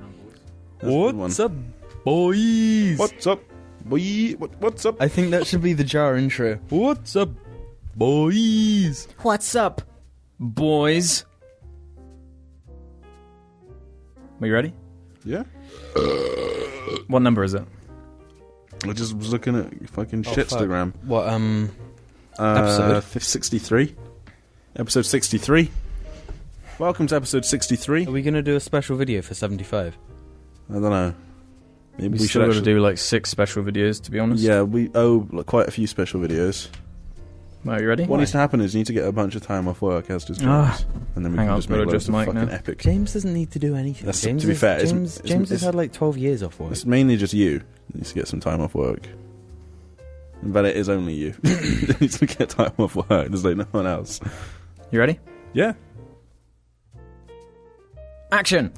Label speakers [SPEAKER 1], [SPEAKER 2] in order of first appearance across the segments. [SPEAKER 1] That's a good one.
[SPEAKER 2] What's up, boys?
[SPEAKER 1] What's up? Boy, what, what's up?
[SPEAKER 3] I think that should be the jar intro.
[SPEAKER 2] What's up, boys?
[SPEAKER 4] What's up, boys?
[SPEAKER 2] Are you ready?
[SPEAKER 1] Yeah.
[SPEAKER 2] What number is it?
[SPEAKER 1] I just was looking at fucking shitstagram.
[SPEAKER 3] What um
[SPEAKER 1] Uh,
[SPEAKER 3] Episode?
[SPEAKER 1] fif- 63. Episode 63. Welcome to episode 63.
[SPEAKER 3] are we gonna do a special video for seventy five?
[SPEAKER 1] I don't know. Maybe
[SPEAKER 2] We,
[SPEAKER 1] we,
[SPEAKER 2] still
[SPEAKER 1] should
[SPEAKER 2] got to
[SPEAKER 1] actually...
[SPEAKER 2] do like six special videos, to be honest.
[SPEAKER 1] Yeah, we owe like, quite a few special videos.
[SPEAKER 2] Are you ready?
[SPEAKER 1] What needs to happen is you need to get a bunch of time off work as does
[SPEAKER 2] Ah.
[SPEAKER 1] James. and then we
[SPEAKER 2] Hang
[SPEAKER 1] can
[SPEAKER 2] on,
[SPEAKER 1] just
[SPEAKER 2] gotta
[SPEAKER 1] make loads
[SPEAKER 2] adjust
[SPEAKER 1] of
[SPEAKER 2] the mic
[SPEAKER 1] fucking
[SPEAKER 2] now.
[SPEAKER 1] epic.
[SPEAKER 3] James doesn't need to do anything.
[SPEAKER 1] That's-
[SPEAKER 3] James
[SPEAKER 1] to be fair, it's-
[SPEAKER 3] James,
[SPEAKER 1] it's-
[SPEAKER 3] James has
[SPEAKER 1] it's-
[SPEAKER 3] had like twelve years off work.
[SPEAKER 1] It's mainly just you. that needs to get some time off work. But it is only you. that needs to get time off work. There's like no one else.
[SPEAKER 2] You ready?
[SPEAKER 1] Yeah.
[SPEAKER 2] Action!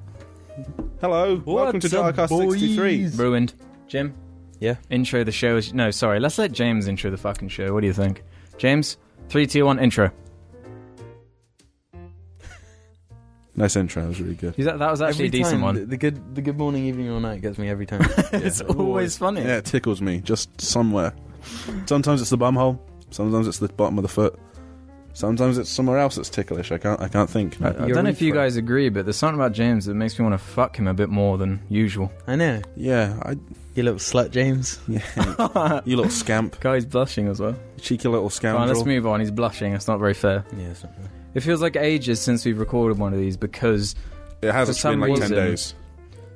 [SPEAKER 1] Hello. Welcome to
[SPEAKER 2] What's up,
[SPEAKER 1] Dialcast 63.
[SPEAKER 2] boys? Ruined. Jim,
[SPEAKER 3] Yeah.
[SPEAKER 2] intro the show. Is, no, sorry. Let's let James intro the fucking show. What do you think? James, three, two, one, intro.
[SPEAKER 1] Nice intro. That was really good.
[SPEAKER 2] Is That, that was actually
[SPEAKER 3] Every
[SPEAKER 2] a decent
[SPEAKER 3] time, The,
[SPEAKER 2] one.
[SPEAKER 3] the good the good morning, evening or night gets me every time.
[SPEAKER 2] it's always funny.
[SPEAKER 1] Yeah, it tickles me just somewhere. Sometimes it's the bum hole. Sometimes it's the bottom of the foot. Sometimes it's somewhere else that's ticklish. I can't. I can't think. Uh,
[SPEAKER 2] I, I
[SPEAKER 3] You're
[SPEAKER 2] don't know if
[SPEAKER 3] in
[SPEAKER 2] you
[SPEAKER 3] for it.
[SPEAKER 2] guys agree, but there's something about James that makes me want to fuck him a bit more than usual.
[SPEAKER 3] I know.
[SPEAKER 1] yeah, I,
[SPEAKER 3] You little slut James.
[SPEAKER 1] yeah. you little scamp,
[SPEAKER 2] Guy's blushing as well.
[SPEAKER 1] cheeky little
[SPEAKER 2] Fine,
[SPEAKER 1] scoundrel.
[SPEAKER 2] let's move on. He's blushing. That's not very fair.
[SPEAKER 3] Yeah, it's not-
[SPEAKER 2] It feels like ages since we've recorded one of these because
[SPEAKER 1] it
[SPEAKER 2] For
[SPEAKER 1] hasn't
[SPEAKER 2] some
[SPEAKER 1] been like ten
[SPEAKER 2] reason-
[SPEAKER 1] days.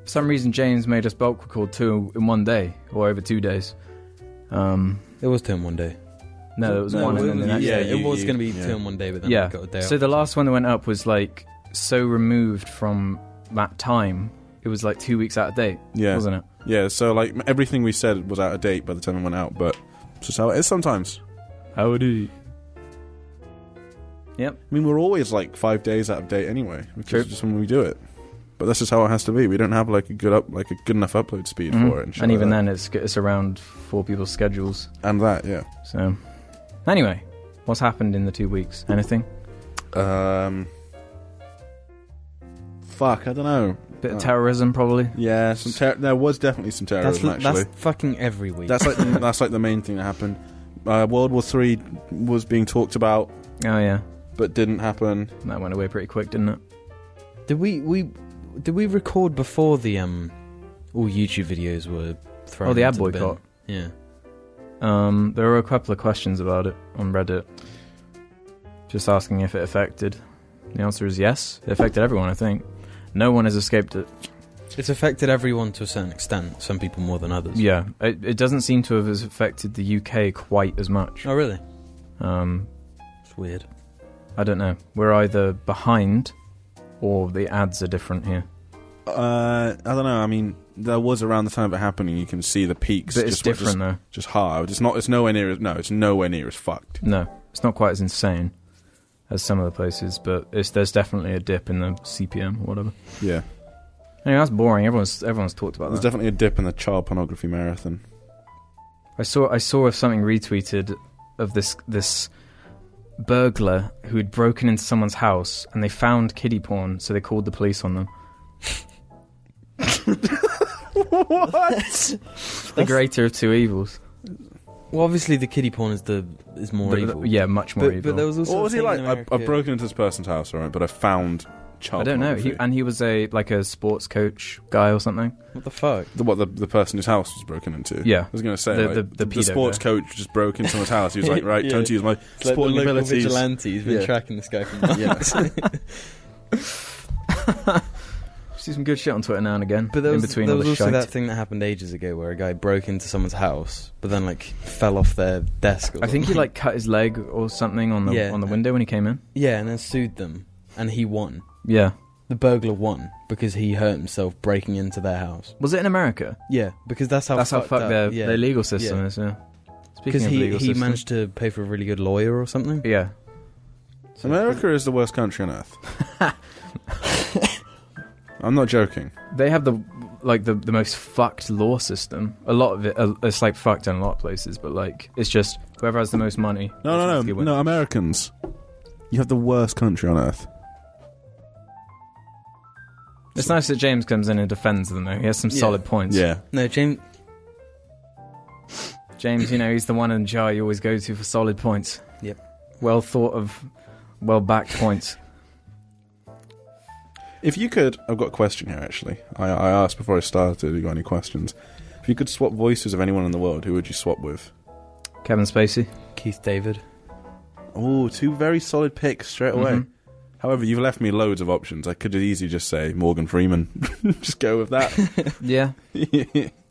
[SPEAKER 2] for some reason James made us bulk record two in one day or over two days. Um,
[SPEAKER 3] it was term one day.
[SPEAKER 2] no, it was
[SPEAKER 1] No,
[SPEAKER 2] Uh, one.
[SPEAKER 1] it
[SPEAKER 2] and then the
[SPEAKER 1] was-
[SPEAKER 2] next
[SPEAKER 1] yeah,
[SPEAKER 2] day.
[SPEAKER 1] you-
[SPEAKER 3] it was
[SPEAKER 1] you-
[SPEAKER 3] gonna be
[SPEAKER 1] yeah.
[SPEAKER 3] term one day, but then
[SPEAKER 2] Yeah.
[SPEAKER 3] we got a day
[SPEAKER 2] So
[SPEAKER 3] off.
[SPEAKER 2] the last one that went up was like so removed from that time. It was like two weeks out of date,
[SPEAKER 1] Yeah,
[SPEAKER 2] wasn't it?
[SPEAKER 1] yeah. So like everything we said was out of date by the time it went out, but it's just how it is sometimes.
[SPEAKER 2] Howdy.
[SPEAKER 1] I mean, we're always like five days out of date anyway, which
[SPEAKER 2] True.
[SPEAKER 1] is just when we do it. But this is how it has to be. We don't have like a good up, like a good enough upload speed for it, and,
[SPEAKER 2] Mhm.
[SPEAKER 1] shit
[SPEAKER 2] And
[SPEAKER 1] like
[SPEAKER 2] even
[SPEAKER 1] that.
[SPEAKER 2] then, it's it's around four people's schedules.
[SPEAKER 1] and that, yeah.
[SPEAKER 2] So, anyway, what's happened in the two weeks? Anything?
[SPEAKER 1] Um, fuck, I don't know.
[SPEAKER 2] Bit
[SPEAKER 3] Uh,
[SPEAKER 2] of
[SPEAKER 1] Oh.
[SPEAKER 2] terrorism, probably.
[SPEAKER 1] Yeah, some ter- there was definitely some
[SPEAKER 3] that's,
[SPEAKER 1] terrorism
[SPEAKER 3] li-
[SPEAKER 1] actually.
[SPEAKER 3] that's fucking every week.
[SPEAKER 1] That's, like the, that's like the main thing that happened. Uh, World War Three was being talked about,
[SPEAKER 2] Oh yeah,
[SPEAKER 1] but didn't happen.
[SPEAKER 2] that went away pretty quick, didn't it?
[SPEAKER 3] Did we we did we record before the um all YouTube videos were thrown?
[SPEAKER 2] Oh, the ad
[SPEAKER 3] into bin?
[SPEAKER 2] boycott.
[SPEAKER 3] Yeah.
[SPEAKER 2] Um, there were a couple of questions about it on Reddit, just asking if it affected. The answer is yes. It affected everyone, I think. No one has escaped it.
[SPEAKER 3] It's affected everyone to a certain extent. Some people more than others.
[SPEAKER 2] Yeah, it, it doesn't seem to have affected the UK quite as much.
[SPEAKER 3] Oh, really?
[SPEAKER 2] Um,
[SPEAKER 3] It's weird.
[SPEAKER 2] I don't know. We're either behind, or the ads are different here.
[SPEAKER 1] Uh, I don't know. I mean, there was around the time of it happening. You can see the peaks.
[SPEAKER 2] But it's
[SPEAKER 1] just, were just-
[SPEAKER 2] different though.
[SPEAKER 1] Just, hard. It's not. It's nowhere near. as- No, it's nowhere near as fucked.
[SPEAKER 2] No, it's not quite as insane as some of the places, but it's, there's definitely a dip in the CPM or whatever.
[SPEAKER 1] Yeah,
[SPEAKER 2] Anyway, that's boring. Everyone's everyone's talked about
[SPEAKER 1] there's
[SPEAKER 2] that.
[SPEAKER 1] definitely a dip in the child pornography marathon.
[SPEAKER 2] I saw I saw something retweeted of this this burglar who had broken into someone's house and they found kiddie porn, so they called the police on them.
[SPEAKER 3] What?
[SPEAKER 2] The greater of two evils.
[SPEAKER 3] well, obviously the kiddie porn is the is more
[SPEAKER 2] The- the-
[SPEAKER 3] evil.
[SPEAKER 2] yeah, much more
[SPEAKER 3] but,
[SPEAKER 2] evil.
[SPEAKER 3] but there was also
[SPEAKER 1] what
[SPEAKER 3] a
[SPEAKER 1] was he
[SPEAKER 3] thing
[SPEAKER 1] like?
[SPEAKER 3] in
[SPEAKER 1] I,
[SPEAKER 3] America-
[SPEAKER 1] I've broken into this person's house, all right, but I found child.
[SPEAKER 2] I don't know.
[SPEAKER 1] pornography.
[SPEAKER 2] He, and he was a like a sports coach guy or something.
[SPEAKER 3] What the fuck?
[SPEAKER 1] The, what the the person whose house was broken into?
[SPEAKER 2] Yeah.
[SPEAKER 1] I was going to say
[SPEAKER 2] The-
[SPEAKER 1] like,
[SPEAKER 2] the-
[SPEAKER 1] the,
[SPEAKER 2] the pedo
[SPEAKER 1] sports
[SPEAKER 2] guy.
[SPEAKER 1] coach just broke into someone's house. He was like, right,
[SPEAKER 3] Yeah.
[SPEAKER 1] time to use my sporting abilities.
[SPEAKER 3] vigilante's
[SPEAKER 1] been
[SPEAKER 3] been
[SPEAKER 1] Yeah.
[SPEAKER 3] tracking this guy from
[SPEAKER 1] Yeah.
[SPEAKER 2] See some good shit on Twitter now and again.
[SPEAKER 3] But there was,
[SPEAKER 2] in between
[SPEAKER 3] there
[SPEAKER 2] all
[SPEAKER 3] was
[SPEAKER 2] the
[SPEAKER 3] also
[SPEAKER 2] shite.
[SPEAKER 3] that thing that happened ages ago where a guy broke into someone's house, but then like fell off their desk. Or
[SPEAKER 2] I think he
[SPEAKER 3] something.
[SPEAKER 2] like cut his leg or something on the
[SPEAKER 3] Yeah.
[SPEAKER 2] on the window when he came in.
[SPEAKER 3] yeah, and then sued them, and he won.
[SPEAKER 2] Yeah.
[SPEAKER 3] The burglar won because he hurt himself breaking into their house.
[SPEAKER 2] Was it in America?
[SPEAKER 3] Yeah, because that's how
[SPEAKER 2] That's how
[SPEAKER 3] fucked
[SPEAKER 2] fucked
[SPEAKER 3] up-
[SPEAKER 2] their,
[SPEAKER 3] yeah.
[SPEAKER 2] their legal system is, yeah.
[SPEAKER 3] because
[SPEAKER 2] of
[SPEAKER 3] he
[SPEAKER 2] legal
[SPEAKER 3] he
[SPEAKER 2] system-
[SPEAKER 3] managed to pay for a really good lawyer or something.
[SPEAKER 2] Yeah.
[SPEAKER 3] So-
[SPEAKER 1] America is the worst country on earth. I'm not joking.
[SPEAKER 2] They have the like the, the most fucked law system. A lot of it uh, it's like fucked in a lot of places, but like it's just whoever has the most money.
[SPEAKER 1] No, no,
[SPEAKER 2] gets to
[SPEAKER 1] no,
[SPEAKER 2] win.
[SPEAKER 1] no. Americans, you have the worst country on earth.
[SPEAKER 2] It's nice that James comes in and defends them, though. He has some
[SPEAKER 3] Yeah.
[SPEAKER 2] solid points.
[SPEAKER 1] Yeah.
[SPEAKER 3] No, James.
[SPEAKER 2] James, you know, he's the one in jar you always go to for solid points.
[SPEAKER 3] Yep.
[SPEAKER 2] Well thought of, well backed points.
[SPEAKER 1] If you could, I've got a question here actually. I, I asked before I started, you got any questions? If you could swap voices of anyone in the world, who would you swap with?
[SPEAKER 2] Kevin Spacey.
[SPEAKER 3] Keith David.
[SPEAKER 1] Oh, two very solid picks straight away.
[SPEAKER 2] Mhm.
[SPEAKER 1] However, you've left me loads of options. I could easily just say Morgan Freeman. just go with that.
[SPEAKER 2] Yeah.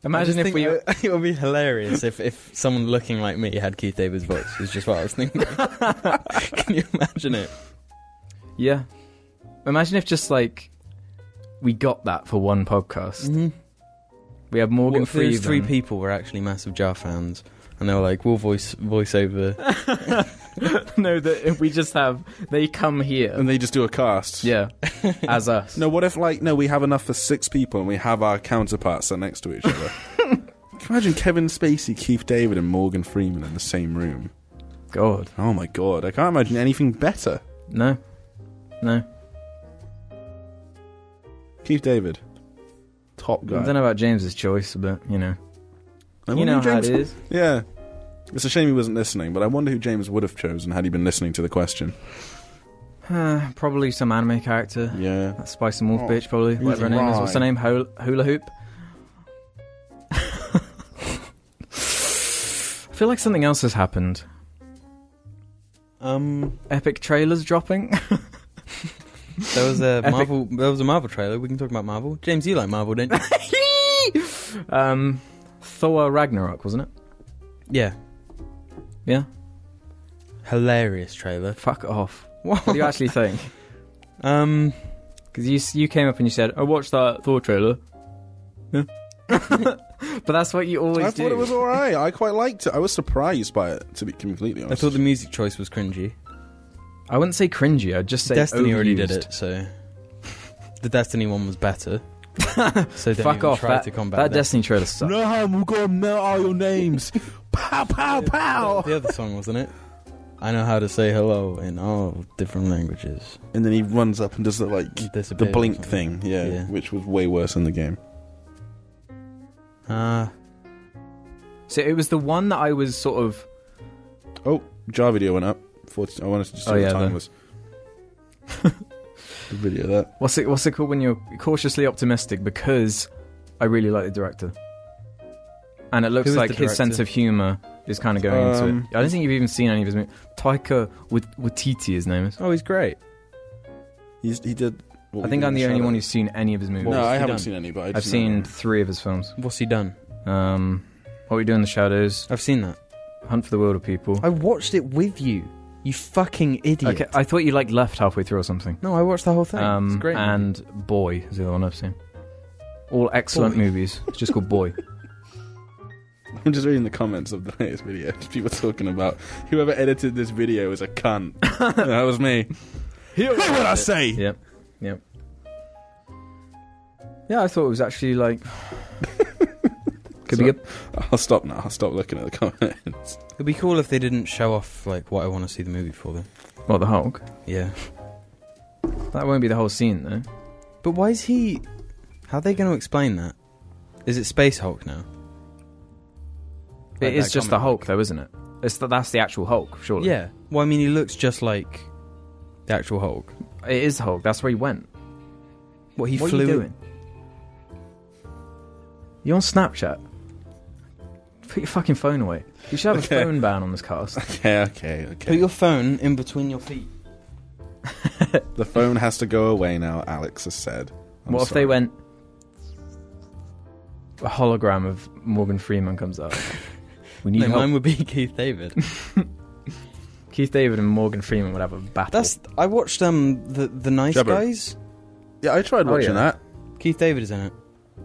[SPEAKER 2] Imagine if we.
[SPEAKER 3] it would be hilarious if, if someone looking like me had Keith David's voice. Is just what I was thinking. Can you imagine it?
[SPEAKER 2] Yeah. Imagine if just like we got that for one podcast. We had
[SPEAKER 3] What
[SPEAKER 2] Morgan
[SPEAKER 3] Mm-hmm. if those
[SPEAKER 2] Freeman.
[SPEAKER 3] three people were actually massive Jar fans, and they were like, "We'll voice voice over."
[SPEAKER 2] no, that if we just have they come here.
[SPEAKER 1] and they just do a cast.
[SPEAKER 2] Yeah. As us.
[SPEAKER 1] No, what if like no, we have enough for six people and we have our counterparts sat next to each other. Can you Imagine Kevin Spacey, Keith David, and Morgan Freeman in the same room.
[SPEAKER 2] God.
[SPEAKER 1] Oh my god, I can't imagine anything better.
[SPEAKER 2] No. No.
[SPEAKER 1] Keith David, top guy.
[SPEAKER 2] I don't know about James's choice, but you know.
[SPEAKER 1] I
[SPEAKER 2] you
[SPEAKER 1] wonder
[SPEAKER 2] know
[SPEAKER 1] who
[SPEAKER 2] how it
[SPEAKER 1] James-
[SPEAKER 2] is.
[SPEAKER 1] Yeah, it's a shame he wasn't listening. But I wonder who James would have chosen had he been listening to the question.
[SPEAKER 2] Uh, probably some anime character.
[SPEAKER 1] Yeah,
[SPEAKER 2] That Spice and Wolf
[SPEAKER 1] Oh,
[SPEAKER 2] bitch, probably. Whatever her name is. What's her
[SPEAKER 1] right.
[SPEAKER 2] name? Hula, hula Hoop? I feel like something else has happened.
[SPEAKER 3] Um,
[SPEAKER 2] Epic trailers dropping.
[SPEAKER 3] there was a
[SPEAKER 2] Epic.
[SPEAKER 3] Marvel. There was a Marvel trailer. We can talk about Marvel. James, you like Marvel, don't you?
[SPEAKER 2] um, Thor Ragnarok, wasn't it?
[SPEAKER 3] yeah.
[SPEAKER 2] Yeah.
[SPEAKER 3] Hilarious trailer.
[SPEAKER 2] Fuck off.
[SPEAKER 3] What
[SPEAKER 2] What do you actually think?
[SPEAKER 3] Um,
[SPEAKER 2] Because you s- you came up and you said, "I watched that Thor trailer." Yeah. but that's what you always
[SPEAKER 1] I
[SPEAKER 2] do.
[SPEAKER 1] thought it was all right. I quite liked it. I was surprised by it, to be completely
[SPEAKER 3] I
[SPEAKER 1] honest.
[SPEAKER 3] thought the music choice was cringy.
[SPEAKER 2] I wouldn't say cringy. I'd just say
[SPEAKER 3] Destiny
[SPEAKER 2] overused.
[SPEAKER 3] already did it, so the Destiny one was better. so don't
[SPEAKER 2] Fuck
[SPEAKER 3] even
[SPEAKER 2] off.
[SPEAKER 3] Try
[SPEAKER 2] That,
[SPEAKER 3] to combat
[SPEAKER 2] that Destiny trailer sucked.
[SPEAKER 1] no, I'm gonna melt all your names. pow, pow,
[SPEAKER 3] The,
[SPEAKER 1] pow.
[SPEAKER 3] the other song wasn't it? I know how to say hello in all different languages.
[SPEAKER 1] And then he runs up and does the like
[SPEAKER 3] It
[SPEAKER 1] the
[SPEAKER 3] disappeared or
[SPEAKER 1] blink
[SPEAKER 3] something.
[SPEAKER 1] thing, yeah,
[SPEAKER 3] Yeah.
[SPEAKER 1] which was way worse in the game.
[SPEAKER 3] Ah,
[SPEAKER 2] So it was the one that I was sort of.
[SPEAKER 1] Jar video went up. 40, I wanted to just see
[SPEAKER 2] Oh,
[SPEAKER 1] what
[SPEAKER 2] yeah,
[SPEAKER 1] the time
[SPEAKER 2] the-
[SPEAKER 1] was. the video of that.
[SPEAKER 2] What's it? What's it called when you're cautiously optimistic? Because I really like the director, and it looks
[SPEAKER 3] Who is
[SPEAKER 2] like
[SPEAKER 3] the
[SPEAKER 2] his sense
[SPEAKER 3] director?
[SPEAKER 2] of humor is kind of going into
[SPEAKER 1] Um,
[SPEAKER 2] it. I don't think you've even seen any of his movies. Taika Wait- Waititi, his name is.
[SPEAKER 3] oh, he's great.
[SPEAKER 1] He's, he did. what
[SPEAKER 2] I
[SPEAKER 1] we
[SPEAKER 2] think
[SPEAKER 1] did
[SPEAKER 2] I'm
[SPEAKER 1] in
[SPEAKER 2] the only
[SPEAKER 1] Shadow.
[SPEAKER 2] one who's seen any of his movies.
[SPEAKER 1] No, I
[SPEAKER 3] he
[SPEAKER 1] haven't
[SPEAKER 3] done?
[SPEAKER 1] seen any, but I
[SPEAKER 2] I've
[SPEAKER 1] just know
[SPEAKER 2] seen
[SPEAKER 1] him.
[SPEAKER 2] three of his films.
[SPEAKER 3] What's he done?
[SPEAKER 2] Um, what we do in the shadows,
[SPEAKER 3] I've seen that.
[SPEAKER 2] Hunt for the Wilder People.
[SPEAKER 3] I watched it with you. You fucking idiot.
[SPEAKER 2] Okay, I thought you like left halfway through or something.
[SPEAKER 3] no, I watched the whole thing. it's
[SPEAKER 2] Um,
[SPEAKER 3] great.
[SPEAKER 2] and Boy is the other one I've seen. All excellent
[SPEAKER 3] Boy.
[SPEAKER 2] movies. It's just called Boy.
[SPEAKER 1] I'm just reading the comments of the latest video. People talking about whoever edited this video is a cunt. that was me. What would I say?
[SPEAKER 2] Yep. Yep. Yeah, I thought it was actually like could be
[SPEAKER 1] So-
[SPEAKER 2] good.
[SPEAKER 1] I'll stop now. I'll stop looking at the comments.
[SPEAKER 3] It'd be cool if they didn't show off like what I want to see the movie for. Then,
[SPEAKER 2] Well, the Hulk.
[SPEAKER 3] yeah.
[SPEAKER 2] That won't be the whole scene though.
[SPEAKER 3] But why is he? How are they going to explain that? Is it Space Hulk now?
[SPEAKER 2] It
[SPEAKER 3] Like
[SPEAKER 2] is
[SPEAKER 3] that
[SPEAKER 2] just the
[SPEAKER 3] comic
[SPEAKER 2] Hulk, though, isn't it? It's the, that's the actual Hulk, surely.
[SPEAKER 3] Yeah. Well, I mean, he looks just like the actual Hulk.
[SPEAKER 2] it is Hulk. That's where he went.
[SPEAKER 3] What he
[SPEAKER 2] what
[SPEAKER 3] flew.
[SPEAKER 2] are you doing? You're on Snapchat. Put your fucking phone away. You should have
[SPEAKER 1] Okay.
[SPEAKER 2] a phone ban on this cast.
[SPEAKER 1] Okay, okay,
[SPEAKER 3] Put
[SPEAKER 1] okay.
[SPEAKER 3] your phone in between your feet.
[SPEAKER 1] The phone has to go away now. Alex has said. I'm
[SPEAKER 2] what if they
[SPEAKER 1] sorry.
[SPEAKER 2] went? A hologram of Morgan Freeman comes up. We need
[SPEAKER 3] No,
[SPEAKER 2] help.
[SPEAKER 3] mine would be Keith David.
[SPEAKER 2] Keith David and Morgan Freeman would have a battle.
[SPEAKER 3] That's. I watched um the the Nice
[SPEAKER 1] Jabber.
[SPEAKER 3] Guys.
[SPEAKER 1] Yeah, I tried
[SPEAKER 2] Oh,
[SPEAKER 1] watching
[SPEAKER 2] yeah.
[SPEAKER 1] that.
[SPEAKER 3] Keith David is in it.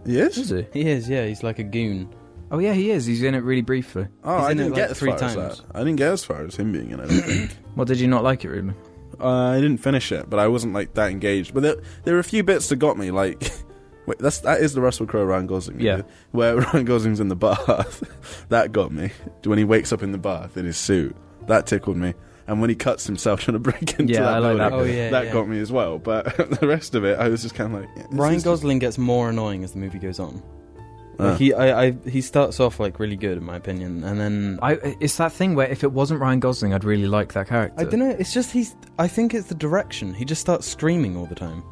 [SPEAKER 1] Yes.
[SPEAKER 2] Is he?
[SPEAKER 3] He is. Yeah, he's like a goon.
[SPEAKER 2] Oh yeah, he is. He's in it really briefly.
[SPEAKER 1] Oh,
[SPEAKER 3] He's
[SPEAKER 1] I
[SPEAKER 3] in it,
[SPEAKER 1] didn't
[SPEAKER 3] like,
[SPEAKER 1] get as
[SPEAKER 3] three
[SPEAKER 1] far as
[SPEAKER 3] times.
[SPEAKER 1] that. I didn't get as far as him being in it. I don't think.
[SPEAKER 2] Well, did you not like it, Ruben?
[SPEAKER 1] uh, I didn't finish it, but I wasn't like that engaged. But there, there were a few bits that got me. Like, wait, that's that is the Russell Crowe Ryan Gosling. movie,
[SPEAKER 2] Yeah.
[SPEAKER 1] Where Ryan Gosling's in the bath, that got me. When he wakes up in the bath in his suit, that tickled me. and when he cuts himself trying to break into
[SPEAKER 2] Yeah,
[SPEAKER 1] that
[SPEAKER 2] I like
[SPEAKER 1] building,
[SPEAKER 2] that bit.
[SPEAKER 3] Oh, yeah,
[SPEAKER 1] that
[SPEAKER 3] yeah.
[SPEAKER 1] got me as well. But the rest of it, I was just kind of like, yeah, this
[SPEAKER 3] Ryan
[SPEAKER 1] is-
[SPEAKER 3] Gosling gets more annoying as the movie goes on.
[SPEAKER 1] Ah.
[SPEAKER 3] Like he, I, I, he starts off like really good in my opinion, and then I,
[SPEAKER 2] I, it's that thing where if it wasn't Ryan Gosling, I'd really like that character.
[SPEAKER 3] I don't know. It's just he's. I think it's the direction. He just starts screaming all the time,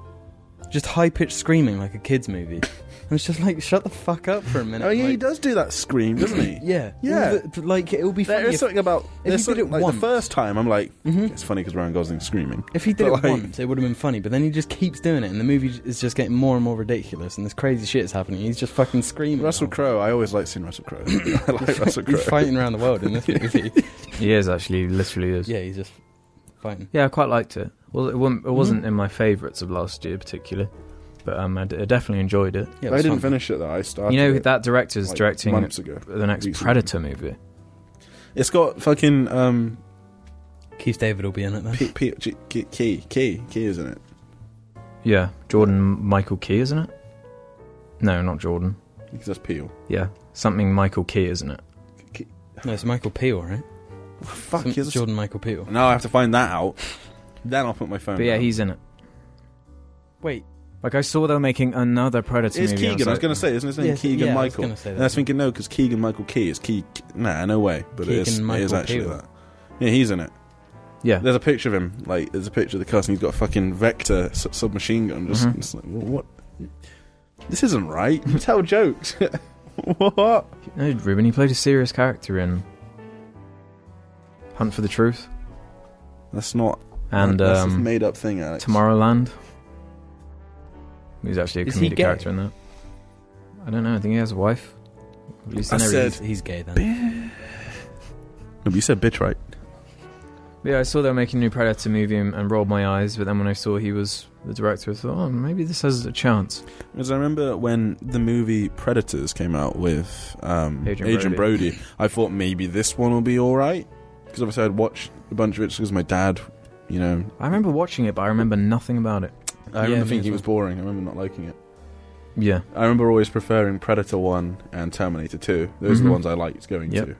[SPEAKER 3] just high pitched screaming like a kids movie, and it's just like shut the fuck up for a minute.
[SPEAKER 1] Oh yeah, he
[SPEAKER 3] like-
[SPEAKER 1] does do that scream, doesn't he?
[SPEAKER 3] Yeah,
[SPEAKER 1] Yeah.
[SPEAKER 3] All the- like it would be funny
[SPEAKER 1] There is
[SPEAKER 3] if,
[SPEAKER 1] something about
[SPEAKER 3] you
[SPEAKER 1] there's
[SPEAKER 3] did
[SPEAKER 1] something,
[SPEAKER 3] it
[SPEAKER 1] like,
[SPEAKER 3] once.
[SPEAKER 1] the first time. I'm like,
[SPEAKER 3] Mhm.
[SPEAKER 1] it's funny because Ryan Gosling's screaming.
[SPEAKER 3] if he did it
[SPEAKER 1] but, like-
[SPEAKER 3] once, it would have been funny. But then he just keeps doing it, and the movie j- is just getting more and more ridiculous, and this crazy shit is happening. He's just fucking screaming.
[SPEAKER 1] Russell
[SPEAKER 3] Oh.
[SPEAKER 1] Crowe, I always like seeing Russell Crowe. I like Russell Crowe.
[SPEAKER 3] He's fighting around the world in this movie.
[SPEAKER 2] He is actually, he literally is.
[SPEAKER 3] yeah, he's just fighting.
[SPEAKER 2] Yeah, I quite liked it. Well, it, wa-
[SPEAKER 1] Mm-hmm.
[SPEAKER 2] it wasn't in my favourites of last year, particularly, but um, I, d- I definitely enjoyed it.
[SPEAKER 3] Yeah, it
[SPEAKER 1] I
[SPEAKER 3] was
[SPEAKER 1] didn't
[SPEAKER 3] fun.
[SPEAKER 1] finish it though. I started.
[SPEAKER 2] you know
[SPEAKER 1] it,
[SPEAKER 2] that director's
[SPEAKER 1] like,
[SPEAKER 2] directing
[SPEAKER 1] months ago.
[SPEAKER 2] the next
[SPEAKER 1] recently.
[SPEAKER 2] Predator movie.
[SPEAKER 1] It's got fucking um,
[SPEAKER 3] Keith David will be in it
[SPEAKER 2] Uh,
[SPEAKER 3] then.
[SPEAKER 1] P, P, G, K, Key, Key, Key, isn't it?
[SPEAKER 2] Yeah, Jordan Michael Key, isn't it? No, not Jordan.
[SPEAKER 1] Because that's Peel.
[SPEAKER 2] Yeah, something Michael Key, isn't it?
[SPEAKER 3] No, it's Michael Peel, right?
[SPEAKER 1] Fuck,
[SPEAKER 3] Some-
[SPEAKER 1] he's a-
[SPEAKER 3] Jordan Michael Peel.
[SPEAKER 1] Now I have to find that out. Then I'll put my phone.
[SPEAKER 2] But yeah,
[SPEAKER 1] down.
[SPEAKER 2] he's in it.
[SPEAKER 3] Wait,
[SPEAKER 2] Like I saw they were making another Predator
[SPEAKER 1] It's
[SPEAKER 2] movie. and
[SPEAKER 1] Keegan. I was
[SPEAKER 2] like,
[SPEAKER 1] going to say, isn't his name
[SPEAKER 3] Yes,
[SPEAKER 1] Keegan
[SPEAKER 3] yeah, I was
[SPEAKER 1] Michael?
[SPEAKER 3] gonna say
[SPEAKER 1] and
[SPEAKER 3] that.
[SPEAKER 1] I was thinking, no, because Keegan Michael Key is Key. Nah, no way. But it is,
[SPEAKER 3] Keegan
[SPEAKER 1] it is
[SPEAKER 3] Michael
[SPEAKER 1] actually
[SPEAKER 3] Peel.
[SPEAKER 1] that. Yeah, he's in it.
[SPEAKER 2] Yeah,
[SPEAKER 1] There's a picture of him. Like, there's a picture of the cast, and he's got a fucking vector s- submachine gun. Just,
[SPEAKER 2] Mhm.
[SPEAKER 1] it's like, wha- what? This isn't right. You tell jokes. what?
[SPEAKER 2] no, Ruben, he played a serious character in Hunt for the Truth
[SPEAKER 1] That's not.
[SPEAKER 2] and
[SPEAKER 1] that's a
[SPEAKER 2] um,
[SPEAKER 1] made up thing, Alex.
[SPEAKER 2] Tomorrowland. He's actually a
[SPEAKER 3] Is he
[SPEAKER 2] comedic
[SPEAKER 3] gay?
[SPEAKER 2] character in that. I don't know. I think he has a wife. At least
[SPEAKER 1] I
[SPEAKER 2] never
[SPEAKER 1] said-
[SPEAKER 3] he's, he's gay then.
[SPEAKER 1] No, but you said bitch, right?
[SPEAKER 2] Yeah, I saw they were making a new Predator movie and, and rolled my eyes, but then when I saw he was the director, I thought, oh, maybe this has a chance.
[SPEAKER 1] Because I remember when the movie Predators came out with um,
[SPEAKER 2] Adrian
[SPEAKER 1] Adrian, Brody. I thought maybe this one will be all right because obviously I'd watched a bunch of it because my dad, you know,
[SPEAKER 2] I remember watching it, but I remember nothing about it.
[SPEAKER 1] I
[SPEAKER 3] Yeah,
[SPEAKER 1] remember
[SPEAKER 3] me
[SPEAKER 1] thinking
[SPEAKER 3] as
[SPEAKER 1] it
[SPEAKER 3] well.
[SPEAKER 1] was boring. I remember not liking it.
[SPEAKER 2] Yeah,
[SPEAKER 1] I remember always preferring Predator One and Terminator Two. Those are
[SPEAKER 2] Mhm.
[SPEAKER 1] the ones I liked going
[SPEAKER 2] Yep.
[SPEAKER 1] to.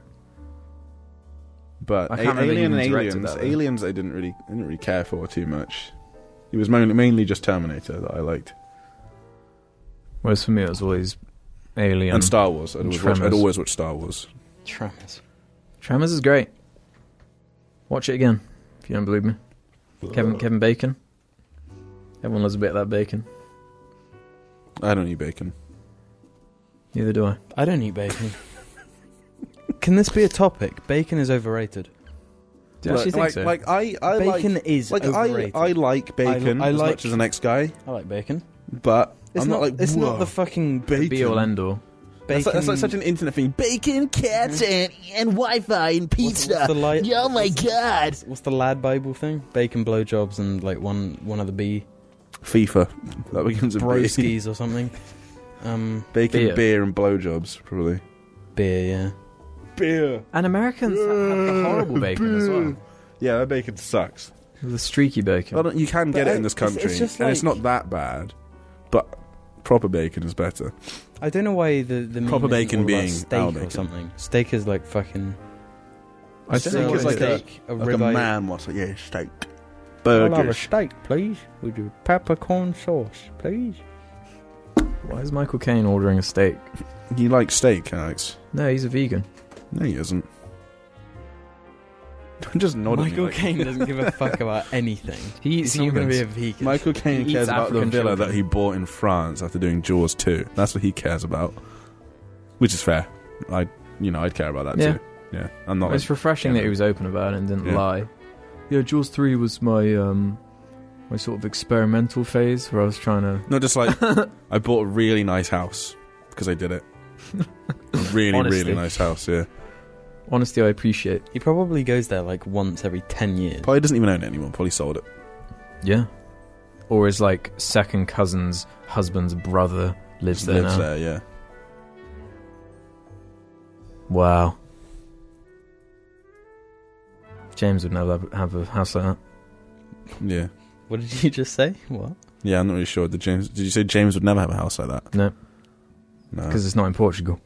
[SPEAKER 1] But
[SPEAKER 2] I
[SPEAKER 1] A-
[SPEAKER 2] can't remember
[SPEAKER 1] Alien and
[SPEAKER 2] who directed
[SPEAKER 1] Aliens,
[SPEAKER 2] that, though.
[SPEAKER 1] Aliens, I didn't really, I didn't really care for too much. It was mainly, mainly just Terminator that I liked,
[SPEAKER 2] whereas for me, it was always Alien.
[SPEAKER 1] and Star Wars. I'd always, watch, I'd
[SPEAKER 2] Tremors.
[SPEAKER 1] always watch Star Wars.
[SPEAKER 3] Trammers.
[SPEAKER 2] Tremors is great. Watch it again if you don't believe me. Kevin Kevin Bacon. Everyone loves a bit of that bacon.
[SPEAKER 1] I don't eat bacon.
[SPEAKER 2] Neither do I.
[SPEAKER 3] I don't eat bacon. Can this be a topic? Bacon is overrated.
[SPEAKER 2] Do you
[SPEAKER 1] Like-
[SPEAKER 2] actually think
[SPEAKER 1] like,
[SPEAKER 2] so?
[SPEAKER 1] Like I, I like
[SPEAKER 3] bacon is
[SPEAKER 1] Like I,
[SPEAKER 3] overrated.
[SPEAKER 1] I like bacon
[SPEAKER 3] I
[SPEAKER 1] as
[SPEAKER 3] like-
[SPEAKER 1] much as the next guy,
[SPEAKER 3] I like bacon.
[SPEAKER 1] but
[SPEAKER 3] It's
[SPEAKER 1] I'm
[SPEAKER 3] not,
[SPEAKER 1] not, like
[SPEAKER 3] it's
[SPEAKER 1] Whoa,
[SPEAKER 3] not the fucking bacon.
[SPEAKER 2] Be all end all.
[SPEAKER 1] That's, like, that's like such an internet thing. Bacon, cats, and and Wi-Fi and
[SPEAKER 3] Mm-hmm. What's-
[SPEAKER 1] pizza.
[SPEAKER 3] what's the light-
[SPEAKER 1] oh my
[SPEAKER 3] what's
[SPEAKER 1] god!
[SPEAKER 3] What's the lad Bible thing? Bacon blowjobs and like one one of the bee
[SPEAKER 1] FIFA. That becomes a bacon,
[SPEAKER 3] broskies or something. Um,
[SPEAKER 1] bacon
[SPEAKER 2] Beer.
[SPEAKER 1] beer. and blowjobs probably.
[SPEAKER 3] beer, yeah.
[SPEAKER 1] Beer.
[SPEAKER 2] And Americans have the horrible bacon as well.
[SPEAKER 1] Yeah, that bacon sucks.
[SPEAKER 2] The streaky bacon.
[SPEAKER 1] Well, you can
[SPEAKER 3] But
[SPEAKER 1] get it
[SPEAKER 3] I-
[SPEAKER 1] in this
[SPEAKER 3] it's-
[SPEAKER 1] country,
[SPEAKER 3] it's just
[SPEAKER 1] and it's
[SPEAKER 3] like-
[SPEAKER 1] not that bad. But proper bacon is better.
[SPEAKER 3] I don't know why the the meme
[SPEAKER 1] Proper
[SPEAKER 3] isn't
[SPEAKER 1] bacon
[SPEAKER 3] all about
[SPEAKER 1] being
[SPEAKER 3] steak
[SPEAKER 1] our
[SPEAKER 3] or
[SPEAKER 1] bacon.
[SPEAKER 3] something. Steak is like fucking.
[SPEAKER 2] I
[SPEAKER 1] Steak is
[SPEAKER 2] think it's
[SPEAKER 1] like a,
[SPEAKER 3] steak, a,
[SPEAKER 1] like a
[SPEAKER 3] ribeye.
[SPEAKER 1] man wants like yeah steak.
[SPEAKER 3] I'll have a
[SPEAKER 1] Burgers.
[SPEAKER 3] steak, please, with your peppercorn sauce, please.
[SPEAKER 2] Why is Michael Caine ordering a steak?
[SPEAKER 1] You like steak, Alex?
[SPEAKER 2] No, he's a vegan.
[SPEAKER 1] No, he isn't. I'm just nodding.
[SPEAKER 3] Michael
[SPEAKER 1] like-
[SPEAKER 3] Caine doesn't give a fuck about anything.
[SPEAKER 2] He eats
[SPEAKER 3] He's not going to
[SPEAKER 2] humans.
[SPEAKER 3] be a vegan.
[SPEAKER 1] Michael Caine
[SPEAKER 2] He
[SPEAKER 1] cares
[SPEAKER 2] eats
[SPEAKER 1] about
[SPEAKER 2] African
[SPEAKER 1] the villa
[SPEAKER 2] children.
[SPEAKER 1] that he bought in France after doing Jaws 2. That's what he cares about, which is fair. I, you know, I'd care about that
[SPEAKER 2] Yeah.
[SPEAKER 1] too. Yeah, I'm not.
[SPEAKER 2] it's refreshing that he was open about it and didn't
[SPEAKER 1] Yeah.
[SPEAKER 2] lie. Yeah, Jaws three was my um my sort of experimental phase where I was trying to
[SPEAKER 1] no, just like I bought a really nice house because I did it. a really,
[SPEAKER 2] Honestly.
[SPEAKER 1] really nice house. Yeah,
[SPEAKER 2] honestly I appreciate.
[SPEAKER 3] He probably goes there like once every 10 years.
[SPEAKER 1] probably doesn't even own it anymore. Probably sold it.
[SPEAKER 2] Yeah. Or his like second cousin's husband's brother lives
[SPEAKER 1] Just
[SPEAKER 2] there
[SPEAKER 1] lives
[SPEAKER 2] now.
[SPEAKER 1] there. Yeah.
[SPEAKER 2] Wow. James would never have a house like that.
[SPEAKER 1] Yeah.
[SPEAKER 3] What did you just say? What?
[SPEAKER 1] Yeah, I'm not really sure. Did James? Did you say James would never have a house like that?
[SPEAKER 2] No.
[SPEAKER 1] No.
[SPEAKER 2] Because it's not in Portugal.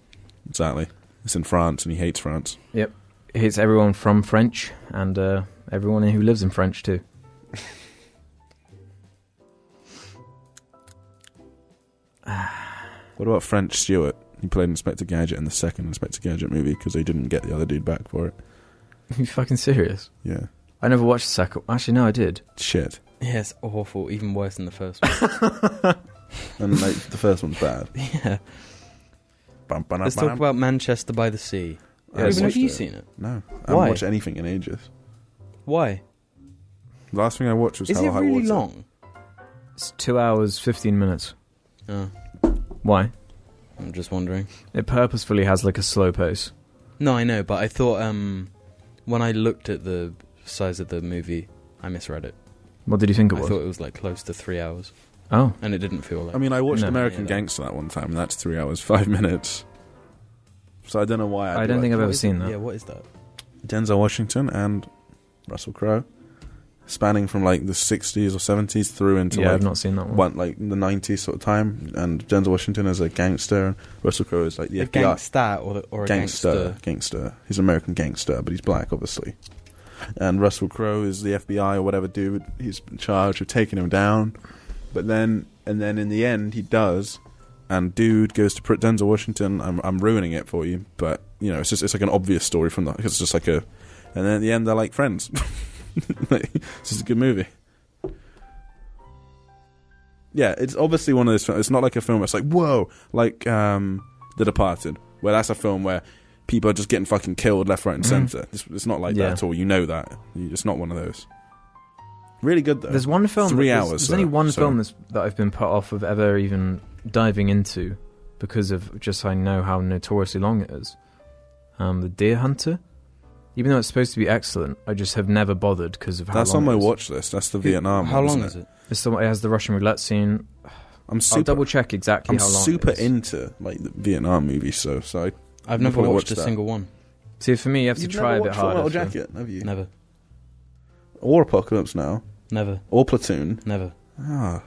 [SPEAKER 1] Exactly. It's in France, and he hates France.
[SPEAKER 2] It's everyone from French and uh, Everyone who lives in French too.
[SPEAKER 1] What about French Stewart? He played Inspector Gadget in the second Inspector Gadget movie because they didn't get the other dude back for it.
[SPEAKER 2] Are you fucking serious?
[SPEAKER 1] Yeah.
[SPEAKER 2] I never watched the second. Actually, no, I did.
[SPEAKER 1] Shit.
[SPEAKER 3] Yeah, it's awful. Even worse than the first one.
[SPEAKER 1] And like the first one's bad.
[SPEAKER 3] yeah.
[SPEAKER 1] Bum, bum,
[SPEAKER 3] Let's
[SPEAKER 1] bum.
[SPEAKER 3] talk about Manchester by the Sea.
[SPEAKER 1] I haven't
[SPEAKER 2] Yeah,
[SPEAKER 3] Even have
[SPEAKER 1] watched
[SPEAKER 3] you
[SPEAKER 1] it.
[SPEAKER 3] seen it?
[SPEAKER 1] No, I haven't
[SPEAKER 3] Why?
[SPEAKER 1] watched anything in ages.
[SPEAKER 3] Why?
[SPEAKER 1] Last thing I watched was
[SPEAKER 3] Is
[SPEAKER 1] How
[SPEAKER 3] it
[SPEAKER 1] High
[SPEAKER 3] really
[SPEAKER 1] Water.
[SPEAKER 3] long?
[SPEAKER 2] It's two hours fifteen minutes.
[SPEAKER 3] Oh,
[SPEAKER 2] Why?
[SPEAKER 3] I'm just wondering.
[SPEAKER 2] It purposefully has like a slow pace.
[SPEAKER 3] No, I know, but I thought um, when I looked at the size of the movie, I misread it.
[SPEAKER 2] What did you think it
[SPEAKER 3] I
[SPEAKER 2] was?
[SPEAKER 3] thought it was like close to three hours,
[SPEAKER 2] oh,
[SPEAKER 3] and it didn't feel like.
[SPEAKER 1] I mean, I watched
[SPEAKER 2] No.
[SPEAKER 1] American
[SPEAKER 3] Yeah, that-
[SPEAKER 1] Gangster that one time, and that's three hours five minutes. So I don't know why.
[SPEAKER 2] I don't think I've ever seen that.
[SPEAKER 3] Yeah, what is that?
[SPEAKER 1] Denzel Washington and Russell Crowe, spanning from like the '60s or '70s through into
[SPEAKER 2] yeah,
[SPEAKER 1] like
[SPEAKER 2] I've not seen that one.
[SPEAKER 1] one like the '90s sort of time, and Denzel Washington is a gangster, and Russell Crowe is like the
[SPEAKER 3] a
[SPEAKER 1] FBI.
[SPEAKER 3] gangster or, or a
[SPEAKER 1] gangster,
[SPEAKER 3] gangster?
[SPEAKER 1] gangster. He's an American gangster, but he's black, obviously. And Russell Crowe is the FBI or whatever dude. He's in charge of taking him down, but then and then in the end he does, and dude goes to pr- Denzel Washington. I'm I'm ruining it for you, but you know it's just it's like an obvious story from that because it's just like a, and then at the end they're like friends. Like, it's just a good movie. Yeah, it's obviously one of those. fil- It's not like a film. It's like whoa, like um, The Departed, where that's a film where people are just getting fucking killed left, right, and
[SPEAKER 2] Mhm.
[SPEAKER 1] center. It's, it's not like
[SPEAKER 2] Yeah.
[SPEAKER 1] that at all. You know that. You- It's not one of those. Really good though.
[SPEAKER 2] There's one film.
[SPEAKER 1] Three
[SPEAKER 2] that-
[SPEAKER 1] hours,
[SPEAKER 2] There's, there's
[SPEAKER 1] sir.
[SPEAKER 2] only one
[SPEAKER 1] Sorry.
[SPEAKER 2] film that's, that I've been put off of ever even diving into because of just I know how notoriously long it is. Um, the Deer Hunter. Even though it's supposed to be excellent, I just have never bothered because of how
[SPEAKER 1] that's on
[SPEAKER 2] long
[SPEAKER 1] my
[SPEAKER 2] it is.
[SPEAKER 1] watch list. That's the Vietnam.
[SPEAKER 3] How
[SPEAKER 1] one,
[SPEAKER 3] long
[SPEAKER 1] isn't
[SPEAKER 3] is it?
[SPEAKER 2] It's the one- it has the Russian roulette scene.
[SPEAKER 1] I'm
[SPEAKER 2] I'll
[SPEAKER 1] super.
[SPEAKER 2] double check exactly
[SPEAKER 1] I'm
[SPEAKER 2] how long. it
[SPEAKER 1] super
[SPEAKER 2] is.
[SPEAKER 1] into like the Vietnam movies. So so I,
[SPEAKER 3] I've
[SPEAKER 1] You
[SPEAKER 3] never
[SPEAKER 1] probably
[SPEAKER 3] watched,
[SPEAKER 1] watched
[SPEAKER 3] a
[SPEAKER 1] that.
[SPEAKER 3] single one.
[SPEAKER 2] See, for me, you have to
[SPEAKER 1] You've
[SPEAKER 2] try a
[SPEAKER 1] never
[SPEAKER 2] bit
[SPEAKER 1] watched Full
[SPEAKER 2] harder.
[SPEAKER 1] Metal
[SPEAKER 2] for-
[SPEAKER 1] Jacket, have you?
[SPEAKER 3] Never,
[SPEAKER 1] Or Apocalypse Now,
[SPEAKER 3] never,
[SPEAKER 1] or Platoon.
[SPEAKER 3] never.
[SPEAKER 1] Ah,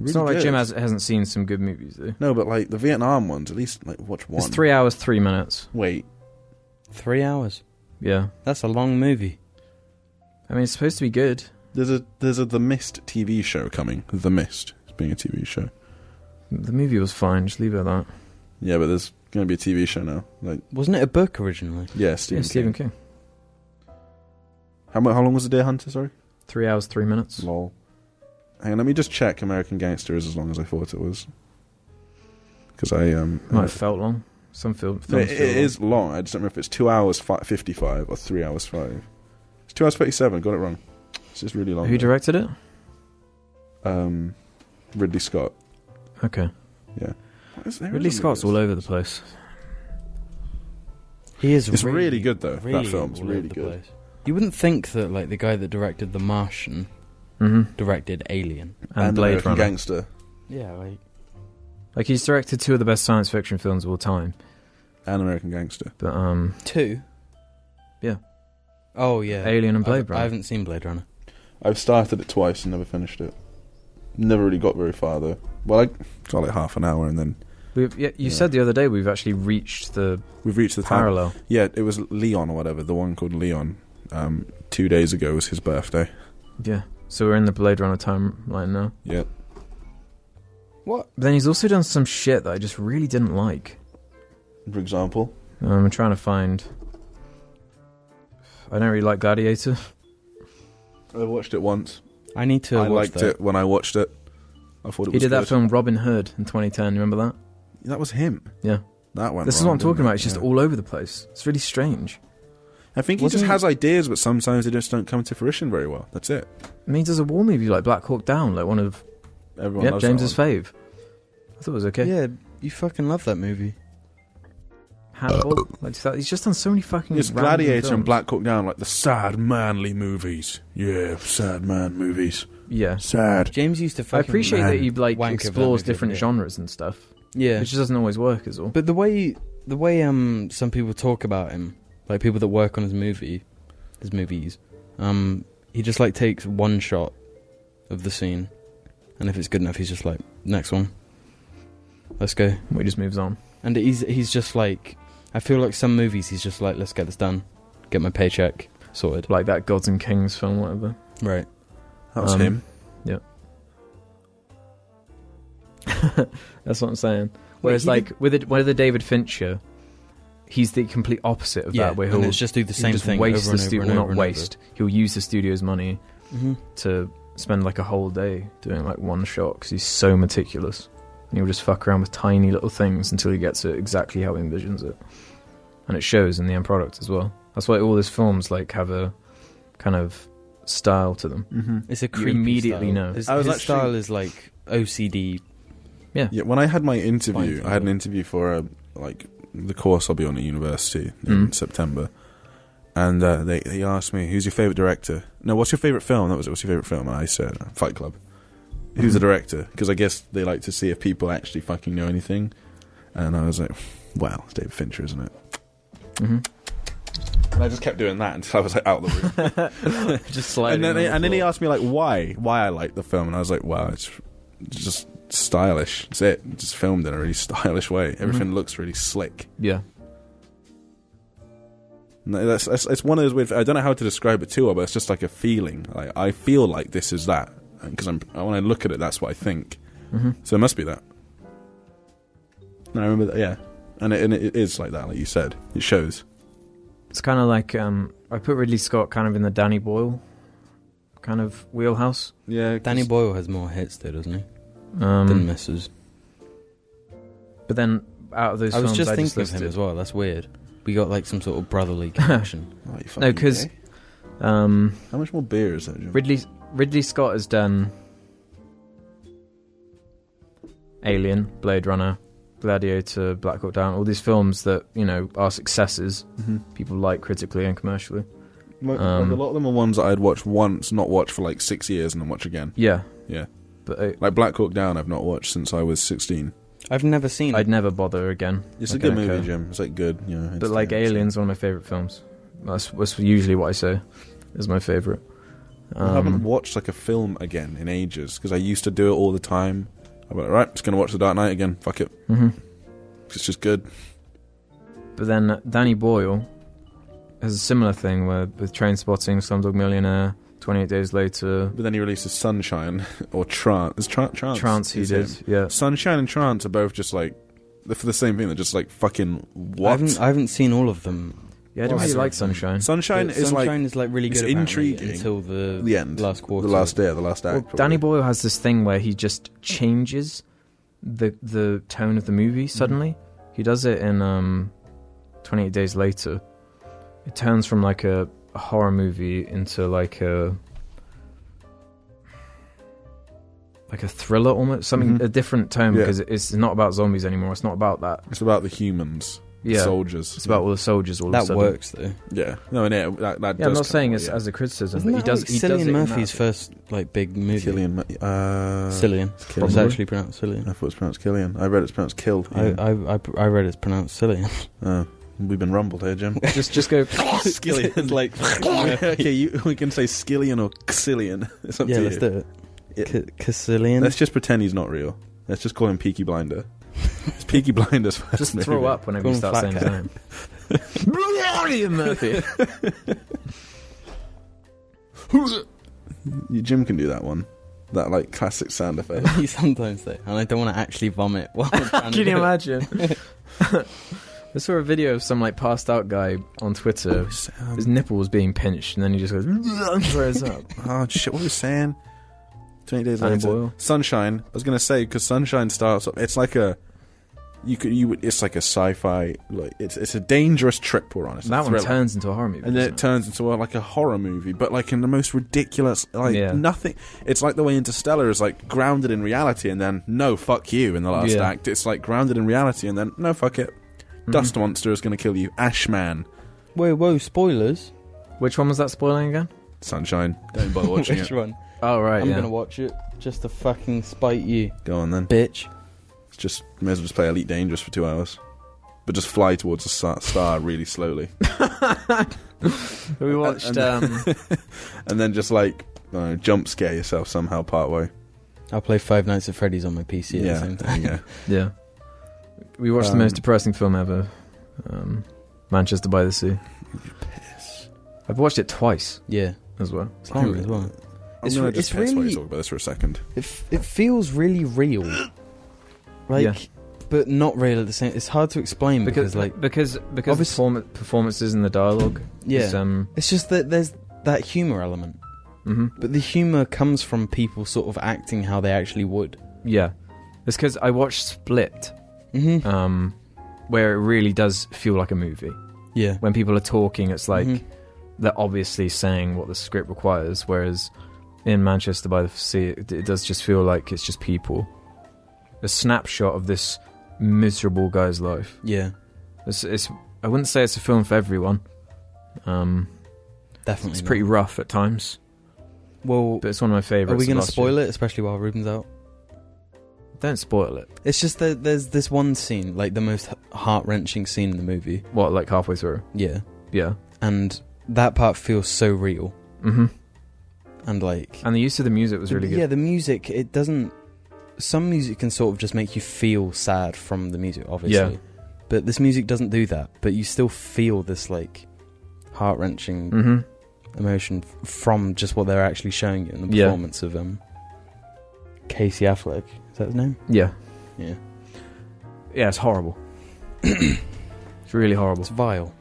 [SPEAKER 2] It's not like Jim has, hasn't seen some good movies though.
[SPEAKER 1] No, but like the Vietnam ones, at least like watch one.
[SPEAKER 2] It's three hours three minutes.
[SPEAKER 1] Wait,
[SPEAKER 3] Three hours.
[SPEAKER 2] Yeah,
[SPEAKER 3] That's a long movie.
[SPEAKER 2] I mean it's supposed to be good.
[SPEAKER 1] there's a there's a The Mist TV show coming. The Mist is being a TV show.
[SPEAKER 2] The movie was fine. Just leave it at that.
[SPEAKER 1] Yeah, but there's going to be a TV show now. Like,
[SPEAKER 3] Wasn't it a book originally?
[SPEAKER 1] yeah, Stephen.
[SPEAKER 2] yeah, Stephen
[SPEAKER 1] King.
[SPEAKER 2] King.
[SPEAKER 1] How mu- how long was the Deer Hunter? Sorry.
[SPEAKER 2] Three hours three minutes.
[SPEAKER 1] Lol. Hang on, let me just check. American Gangster is as long as I thought it was. Because I um.
[SPEAKER 2] Might have felt long. Some film.
[SPEAKER 1] No,
[SPEAKER 2] Films
[SPEAKER 1] it,
[SPEAKER 2] feel
[SPEAKER 1] it
[SPEAKER 2] long.
[SPEAKER 1] is long. I just don't remember if it's two hours fi- fifty-five or three hours five. It's two hours thirty-seven. Got it wrong. It's just really long.
[SPEAKER 2] Who
[SPEAKER 1] though.
[SPEAKER 2] directed it?
[SPEAKER 1] Um, Ridley Scott.
[SPEAKER 2] Okay.
[SPEAKER 1] Yeah. What is there
[SPEAKER 2] Ridley
[SPEAKER 1] is a
[SPEAKER 2] Scott's
[SPEAKER 1] movie?
[SPEAKER 2] all over the place.
[SPEAKER 3] He is.
[SPEAKER 1] It's
[SPEAKER 3] really,
[SPEAKER 1] really good though.
[SPEAKER 3] really
[SPEAKER 1] that film's
[SPEAKER 3] all over
[SPEAKER 1] really
[SPEAKER 3] the
[SPEAKER 1] good.
[SPEAKER 3] place. You wouldn't think that like the guy that directed The Martian
[SPEAKER 2] hmm
[SPEAKER 3] directed Alien.
[SPEAKER 2] And, Blade
[SPEAKER 1] American
[SPEAKER 2] Runner.
[SPEAKER 1] Gangster.
[SPEAKER 3] Yeah, like
[SPEAKER 2] Like he's directed two of the best science fiction films of all time.
[SPEAKER 1] And American Gangster.
[SPEAKER 2] But um,
[SPEAKER 3] two.
[SPEAKER 2] Yeah.
[SPEAKER 3] Oh yeah.
[SPEAKER 2] Alien and Blade
[SPEAKER 3] I,
[SPEAKER 2] Runner.
[SPEAKER 3] I haven't seen Blade Runner.
[SPEAKER 1] I've started it twice and never finished it. Never really got very far though. Well, I got like half an hour and then
[SPEAKER 2] we've, yeah, you
[SPEAKER 1] Yeah.
[SPEAKER 2] said the other day we've actually reached the,
[SPEAKER 1] we've reached the time.
[SPEAKER 2] parallel.
[SPEAKER 1] Yeah, it was Leon or whatever. The one called Leon. Um, two days ago was his birthday.
[SPEAKER 2] Yeah. So we're in the Blade Runner timeline now.
[SPEAKER 1] Yeah.
[SPEAKER 3] What?
[SPEAKER 2] But then he's also done some shit that I just really didn't like.
[SPEAKER 1] For example,
[SPEAKER 2] Um, I'm trying to find. I don't really like Gladiator.
[SPEAKER 1] I watched it once.
[SPEAKER 3] I need to
[SPEAKER 1] I
[SPEAKER 3] watch
[SPEAKER 1] liked
[SPEAKER 3] that.
[SPEAKER 1] it when I watched it. I thought it
[SPEAKER 2] He
[SPEAKER 1] was
[SPEAKER 2] did that
[SPEAKER 1] good.
[SPEAKER 2] film Robin Hood in 2010. Remember that?
[SPEAKER 1] That was him.
[SPEAKER 2] Yeah.
[SPEAKER 1] That one.
[SPEAKER 2] this is what I'm talking about. It's just all over the place. It's really strange.
[SPEAKER 1] I think he
[SPEAKER 3] Wasn't
[SPEAKER 1] just
[SPEAKER 3] it-
[SPEAKER 1] has ideas, but sometimes they just don't come to fruition very well. That's it.
[SPEAKER 2] I mean, he does a war movie like Black Hawk Down, like one of
[SPEAKER 1] Everyone
[SPEAKER 2] yep,
[SPEAKER 1] loves that
[SPEAKER 2] James's
[SPEAKER 1] one.
[SPEAKER 2] fave. I thought it was okay.
[SPEAKER 3] Yeah, you fucking love that movie.
[SPEAKER 2] Hannibal. like, just that- he's just done so many fucking.
[SPEAKER 1] It's
[SPEAKER 2] random
[SPEAKER 1] Gladiator and
[SPEAKER 2] films.
[SPEAKER 1] Black Hawk Down, like the sad manly movies. Yeah, sad man movies.
[SPEAKER 2] Yeah.
[SPEAKER 1] Sad.
[SPEAKER 3] James used to
[SPEAKER 2] I
[SPEAKER 3] fucking.
[SPEAKER 2] appreciate that he like
[SPEAKER 3] wank of that
[SPEAKER 2] explores
[SPEAKER 3] movie,
[SPEAKER 2] different
[SPEAKER 3] yeah.
[SPEAKER 2] genres and stuff,
[SPEAKER 3] Yeah.
[SPEAKER 2] It just doesn't always work, is all.
[SPEAKER 3] But the way the way um some people talk about him, like people that work on his movie, his movies, um he just like takes one shot of the scene, and if it's good enough, he's just like next one. Let's go.
[SPEAKER 2] He just moves on.
[SPEAKER 3] And he's he's just like I feel like some movies he's just like let's get this done, get my paycheck. sorted.
[SPEAKER 2] like that Gods and Kings film, whatever.
[SPEAKER 3] Right.
[SPEAKER 1] That was
[SPEAKER 2] Um,
[SPEAKER 1] him.
[SPEAKER 2] That's what I'm saying. Whereas, like with the, with the David Fincher, he's the complete opposite of that. Where
[SPEAKER 3] and
[SPEAKER 2] he'll
[SPEAKER 3] it's just do the
[SPEAKER 2] he'll
[SPEAKER 3] same
[SPEAKER 2] just
[SPEAKER 3] thing
[SPEAKER 2] waste
[SPEAKER 3] over
[SPEAKER 2] the
[SPEAKER 3] and over
[SPEAKER 2] studio,
[SPEAKER 3] and over
[SPEAKER 2] not
[SPEAKER 3] and
[SPEAKER 2] waste. He'll use the studio's money
[SPEAKER 3] Over. Mhm.
[SPEAKER 2] to spend like a whole day doing like one shot because he's so meticulous. And he'll just fuck around with tiny little things until he gets it exactly how he envisions it, and it shows in the end product as well. That's why all his films like have a kind of style to them.
[SPEAKER 1] Mm-hmm.
[SPEAKER 3] It's a
[SPEAKER 2] You
[SPEAKER 3] creepy
[SPEAKER 2] immediately
[SPEAKER 3] style.
[SPEAKER 2] know.
[SPEAKER 3] His,
[SPEAKER 1] I was
[SPEAKER 3] his
[SPEAKER 1] actually-
[SPEAKER 3] style is like OCD.
[SPEAKER 1] Yeah, when I had my interview,
[SPEAKER 3] Fine.
[SPEAKER 1] I had an interview for a, like the course I'll be on at university in
[SPEAKER 2] Mm.
[SPEAKER 1] September, and uh, they they asked me, "Who's your favorite director?" No, what's your favorite film? That was it. What's your favorite film? And I said, uh, "Fight Club." Who's the director? Because I guess they like to see if people actually fucking know anything. And I was like, "Wow, it's David Fincher, isn't it?"
[SPEAKER 2] hmm
[SPEAKER 1] And I just kept doing that until I was like out of the room.
[SPEAKER 2] just slightly.
[SPEAKER 1] and then and then he asked me like, "Why? Why I like the film?" And I was like, "Wow, it's just." Stylish. That's it. Just filmed in a really stylish way. Everything looks really slick.
[SPEAKER 2] yeah.
[SPEAKER 1] No, that's, that's it's one of those weird. I don't know how to describe it to her, but it's just like a feeling. Like I feel like this is that because I'm when I look at it, that's what I think.
[SPEAKER 2] hmm
[SPEAKER 1] So it must be that. And I remember that, yeah, and it, and it is like that, like you said. It shows.
[SPEAKER 2] It's kind of like um, I put Ridley Scott kind of in the Danny Boyle kind of wheelhouse.
[SPEAKER 1] Yeah,
[SPEAKER 3] Danny Boyle has more hits though, doesn't he? Than
[SPEAKER 2] Um,
[SPEAKER 3] misses.
[SPEAKER 2] but then out of those
[SPEAKER 3] I was
[SPEAKER 2] films,
[SPEAKER 3] just
[SPEAKER 2] I
[SPEAKER 3] thinking
[SPEAKER 2] just listed,
[SPEAKER 3] of him as well. That's weird. We got like some sort of brotherly connection.
[SPEAKER 1] Oh, you fucking
[SPEAKER 2] No, 'cause-
[SPEAKER 1] gay.
[SPEAKER 2] um,
[SPEAKER 1] how much more beer is that? Jim?
[SPEAKER 2] Ridley Ridley Scott has done Alien, Blade Runner, Gladiator, Black Hawk Down, all these films that you know are successes,
[SPEAKER 1] Mhm.
[SPEAKER 2] people like critically and commercially.
[SPEAKER 1] Like,
[SPEAKER 2] um,
[SPEAKER 1] like a lot of them are ones that I'd watch once, not watch for like six years, and then watch again.
[SPEAKER 2] Yeah,
[SPEAKER 1] Yeah.
[SPEAKER 2] But I,
[SPEAKER 1] Like Black Hawk Down, I've not watched since I was sixteen.
[SPEAKER 3] I've never seen.
[SPEAKER 2] I'd never bother again.
[SPEAKER 1] It's
[SPEAKER 2] Like
[SPEAKER 1] a good
[SPEAKER 2] an
[SPEAKER 1] movie,
[SPEAKER 2] echo.
[SPEAKER 1] Jim. It's like good, you know.
[SPEAKER 2] But like
[SPEAKER 1] entertaining.
[SPEAKER 2] Alien's one of my favorite films. That's, that's usually what I say is my favorite. Um,
[SPEAKER 1] I haven't watched like a film again in ages because I used to do it all the time. I went, right, just gonna watch The Dark Knight again. Fuck it,
[SPEAKER 2] mhm.
[SPEAKER 1] it's just good.
[SPEAKER 2] But then Danny Boyle has a similar thing where with Train Spotting, Slumdog Millionaire, Twenty Eight Days Later,
[SPEAKER 1] But then he releases Sunshine or Trance. Is Tran- Trance?
[SPEAKER 2] Trance he
[SPEAKER 1] is
[SPEAKER 2] did,
[SPEAKER 1] him.
[SPEAKER 2] yeah.
[SPEAKER 1] Sunshine and Trance are both just like they're for the same thing. They're just like fucking
[SPEAKER 3] I
[SPEAKER 1] what?
[SPEAKER 3] haven't, I haven't seen all of them.
[SPEAKER 2] Yeah, I don't
[SPEAKER 1] Well,
[SPEAKER 2] really
[SPEAKER 1] I-
[SPEAKER 2] like Sunshine.
[SPEAKER 1] Sunshine
[SPEAKER 3] But
[SPEAKER 1] is
[SPEAKER 3] Sunshine is like really
[SPEAKER 1] it's
[SPEAKER 3] good. apparently,
[SPEAKER 1] intriguing.
[SPEAKER 3] until the
[SPEAKER 1] like the end,
[SPEAKER 3] last
[SPEAKER 1] the
[SPEAKER 3] quarter.
[SPEAKER 1] last day, the last act.
[SPEAKER 2] Well,
[SPEAKER 1] probably.
[SPEAKER 2] Danny Boyle has this thing where he just changes the the tone of the movie suddenly. He does it in um, 28 Days Later. It turns from like a, a horror movie into like a like a thriller almost something
[SPEAKER 1] Mhm.
[SPEAKER 2] a different tone
[SPEAKER 1] Yeah.
[SPEAKER 2] because it's not about zombies anymore. It's not about that.
[SPEAKER 1] It's about the humans, the
[SPEAKER 2] Yeah.
[SPEAKER 1] soldiers.
[SPEAKER 2] it's about all the soldiers all of a
[SPEAKER 3] That
[SPEAKER 2] sudden.
[SPEAKER 3] works though.
[SPEAKER 1] yeah. No, and yeah, that, that does
[SPEAKER 2] Yeah, I'm
[SPEAKER 1] come uh,
[SPEAKER 2] not saying
[SPEAKER 1] out,
[SPEAKER 2] it's
[SPEAKER 1] yeah.
[SPEAKER 2] as a criticism,
[SPEAKER 3] Isn't
[SPEAKER 2] but he
[SPEAKER 3] that
[SPEAKER 2] does.
[SPEAKER 3] like
[SPEAKER 2] he does
[SPEAKER 3] Cillian
[SPEAKER 2] it in that.
[SPEAKER 3] Murphy's first like big movie?
[SPEAKER 1] Killian. Ma- Uh,
[SPEAKER 3] Cillian. It's
[SPEAKER 1] Probably.
[SPEAKER 3] actually pronounced Cillian.
[SPEAKER 1] I thought it's pronounced Killian. I read it's pronounced Kill.
[SPEAKER 3] I, I, I, I read it's pronounced Cillian.
[SPEAKER 1] Uh, we've been rumbled here, Jim.
[SPEAKER 2] Just, just go.
[SPEAKER 1] Skillion.
[SPEAKER 3] like
[SPEAKER 1] okay, you, we can say Skillion or Xillion. It's up
[SPEAKER 3] yeah,
[SPEAKER 1] to
[SPEAKER 3] let's
[SPEAKER 1] you.
[SPEAKER 3] do it.
[SPEAKER 1] Yeah.
[SPEAKER 3] Ca- Cassilian.
[SPEAKER 1] Let's just pretend he's not real. Let's just call him Peaky Blinder. It's Peaky Blinder's first
[SPEAKER 2] Just
[SPEAKER 1] movie.
[SPEAKER 2] throw up whenever
[SPEAKER 3] Go
[SPEAKER 2] you
[SPEAKER 3] on,
[SPEAKER 2] start saying his name. Cillian Murphy.
[SPEAKER 1] You- Jim can do that one. That like classic sound effect.
[SPEAKER 3] you sometimes though, and I don't want to actually vomit. While I'm trying to
[SPEAKER 2] Can
[SPEAKER 3] do
[SPEAKER 2] you
[SPEAKER 3] it.
[SPEAKER 2] imagine? I saw a video of some like passed out guy on Twitter. His nipple was being pinched, and then he just goes and throws up.
[SPEAKER 1] oh shit! What was saying? Twenty days
[SPEAKER 2] Danny
[SPEAKER 1] later,
[SPEAKER 2] Boyle.
[SPEAKER 1] Sunshine. I was gonna say because Sunshine starts up. It's like a you could you would, it's like a sci-fi like it's it's a dangerous trip we're on. It's a
[SPEAKER 2] that one
[SPEAKER 1] thriller.
[SPEAKER 2] turns into a horror movie.
[SPEAKER 1] and then
[SPEAKER 2] doesn't
[SPEAKER 1] it turns into a, like a horror movie, but like in the most ridiculous, like
[SPEAKER 2] Yeah.
[SPEAKER 1] nothing. It's like the way Interstellar is like grounded in reality, and then no, fuck you in the last
[SPEAKER 2] Yeah.
[SPEAKER 1] act. It's like grounded in reality, and then no, fuck it.
[SPEAKER 2] Mhm.
[SPEAKER 1] Dust monster is going to kill you. Ashman,
[SPEAKER 3] Whoa, whoa! Spoilers.
[SPEAKER 2] Mm-hmm. Which one was that spoiling again?
[SPEAKER 1] sunshine. Don't bother watching
[SPEAKER 3] Which
[SPEAKER 1] it.
[SPEAKER 3] one?
[SPEAKER 2] Oh right,
[SPEAKER 3] I'm
[SPEAKER 2] yeah.
[SPEAKER 3] gonna watch it just to fucking spite you,
[SPEAKER 1] Go on then.
[SPEAKER 3] bitch.
[SPEAKER 1] It's just may as well just play Elite Dangerous for two hours, but just fly towards a star, star really slowly,
[SPEAKER 2] we watched. Um,
[SPEAKER 1] and then just like I don't know, jump scare yourself somehow part way.
[SPEAKER 3] I'll play Five Nights at Freddy's on my PC. at the same
[SPEAKER 1] there
[SPEAKER 3] time.
[SPEAKER 1] you go.
[SPEAKER 2] yeah, we watched the most
[SPEAKER 1] Um,
[SPEAKER 2] depressing film ever, um, Manchester by the Sea. I've watched it twice
[SPEAKER 3] Yeah,
[SPEAKER 2] as well.
[SPEAKER 3] it's long as well.
[SPEAKER 1] I'm
[SPEAKER 3] It's
[SPEAKER 1] gonna
[SPEAKER 3] re-
[SPEAKER 1] just
[SPEAKER 3] it's
[SPEAKER 1] piss while you
[SPEAKER 3] really-
[SPEAKER 1] talk about this for a second.
[SPEAKER 3] It f- it feels really real, like,
[SPEAKER 2] Yeah.
[SPEAKER 3] but not real at the same. It's hard to explain
[SPEAKER 2] Because,
[SPEAKER 3] because, Mm, like,
[SPEAKER 2] because because
[SPEAKER 3] Obvious-
[SPEAKER 2] the perform- performances and the dialogue
[SPEAKER 3] yeah,
[SPEAKER 2] is um
[SPEAKER 3] it's just that there's that humor element,
[SPEAKER 2] hmm
[SPEAKER 3] but the humor comes from people sort of acting how they actually would.
[SPEAKER 2] yeah. It's because I watched Split,
[SPEAKER 3] Mm-hmm.
[SPEAKER 2] um, where it really does feel like a movie.
[SPEAKER 3] yeah,
[SPEAKER 2] When people are talking, it's like
[SPEAKER 3] Mhm.
[SPEAKER 2] they're obviously saying what the script requires. Whereas in Manchester by the Sea, it, it does just feel like it's just people. A snapshot of this miserable guy's life.
[SPEAKER 3] yeah,
[SPEAKER 2] It's, it's I wouldn't say it's a film for everyone. Um,
[SPEAKER 3] definitely.
[SPEAKER 2] it's
[SPEAKER 3] not.
[SPEAKER 2] pretty rough at times,
[SPEAKER 3] Well,
[SPEAKER 2] but it's one of my favorites.
[SPEAKER 3] are we going to
[SPEAKER 2] of last year.
[SPEAKER 3] spoil it, especially while Ruben's out?
[SPEAKER 2] Don't spoil it.
[SPEAKER 3] It's just that there's this one scene, like the most heart wrenching scene in the movie.
[SPEAKER 2] What, like halfway through?
[SPEAKER 3] Yeah,
[SPEAKER 2] Yeah.
[SPEAKER 3] and that part feels so real
[SPEAKER 2] hmm
[SPEAKER 3] and like
[SPEAKER 2] And the use of the music was
[SPEAKER 3] The-
[SPEAKER 2] really
[SPEAKER 3] Yeah,
[SPEAKER 2] good.
[SPEAKER 3] the music it doesn't. Some music can sort of just make you feel sad from the music, obviously. But this music doesn't do that. But you still feel this like heart wrenching
[SPEAKER 2] hmm
[SPEAKER 3] emotion f- from just what they're actually showing you in the
[SPEAKER 2] Yeah.
[SPEAKER 3] performance of um Casey Affleck. Is that his name?
[SPEAKER 2] Yeah.
[SPEAKER 3] Yeah.
[SPEAKER 2] Yeah, it's horrible. it's really horrible.
[SPEAKER 3] It's vile.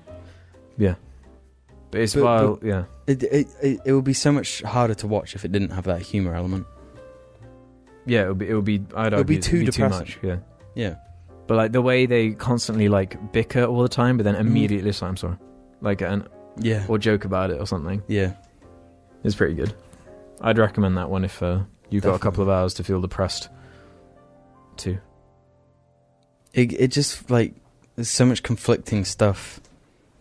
[SPEAKER 2] But it's
[SPEAKER 3] but-
[SPEAKER 2] vile, yeah.
[SPEAKER 3] It, it it it would be so much harder to watch if it didn't have that humor element.
[SPEAKER 2] Yeah, it would be, it would be, I'd
[SPEAKER 3] It'll be
[SPEAKER 2] argue it'd
[SPEAKER 3] too depressing.
[SPEAKER 2] much, yeah.
[SPEAKER 3] Yeah.
[SPEAKER 2] But like the way they constantly like bicker all the time, but then
[SPEAKER 3] Mm-hmm.
[SPEAKER 2] immediately say, I'm sorry. Like, an,
[SPEAKER 3] Yeah.
[SPEAKER 2] or joke about it or something.
[SPEAKER 3] Yeah.
[SPEAKER 2] It's pretty good. I'd recommend that one if uh, you've got a couple of hours to feel depressed too.
[SPEAKER 3] it it just like there's so much conflicting stuff.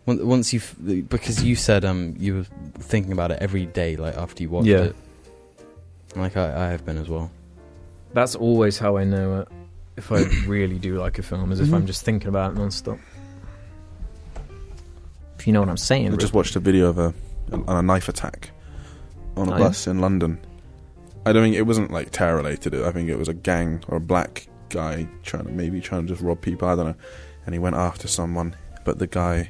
[SPEAKER 3] Once- Once you, have because you said um you were thinking about it every day, like after you watched
[SPEAKER 2] Yeah.
[SPEAKER 3] it. Like I, I have been as well.
[SPEAKER 2] That's always how I know it, if I really do like a film, is if I'm
[SPEAKER 1] Mm-hmm.
[SPEAKER 3] Mhm.
[SPEAKER 2] just thinking about it nonstop. If you know what I'm saying.
[SPEAKER 1] I just watched a video of a on a knife attack on a
[SPEAKER 2] Oh, yeah?
[SPEAKER 1] bus in London. I don't think it wasn't like terror related. I think it was a gang or a black guy trying to maybe trying to just rob people. I don't know. And he went after someone, but the guy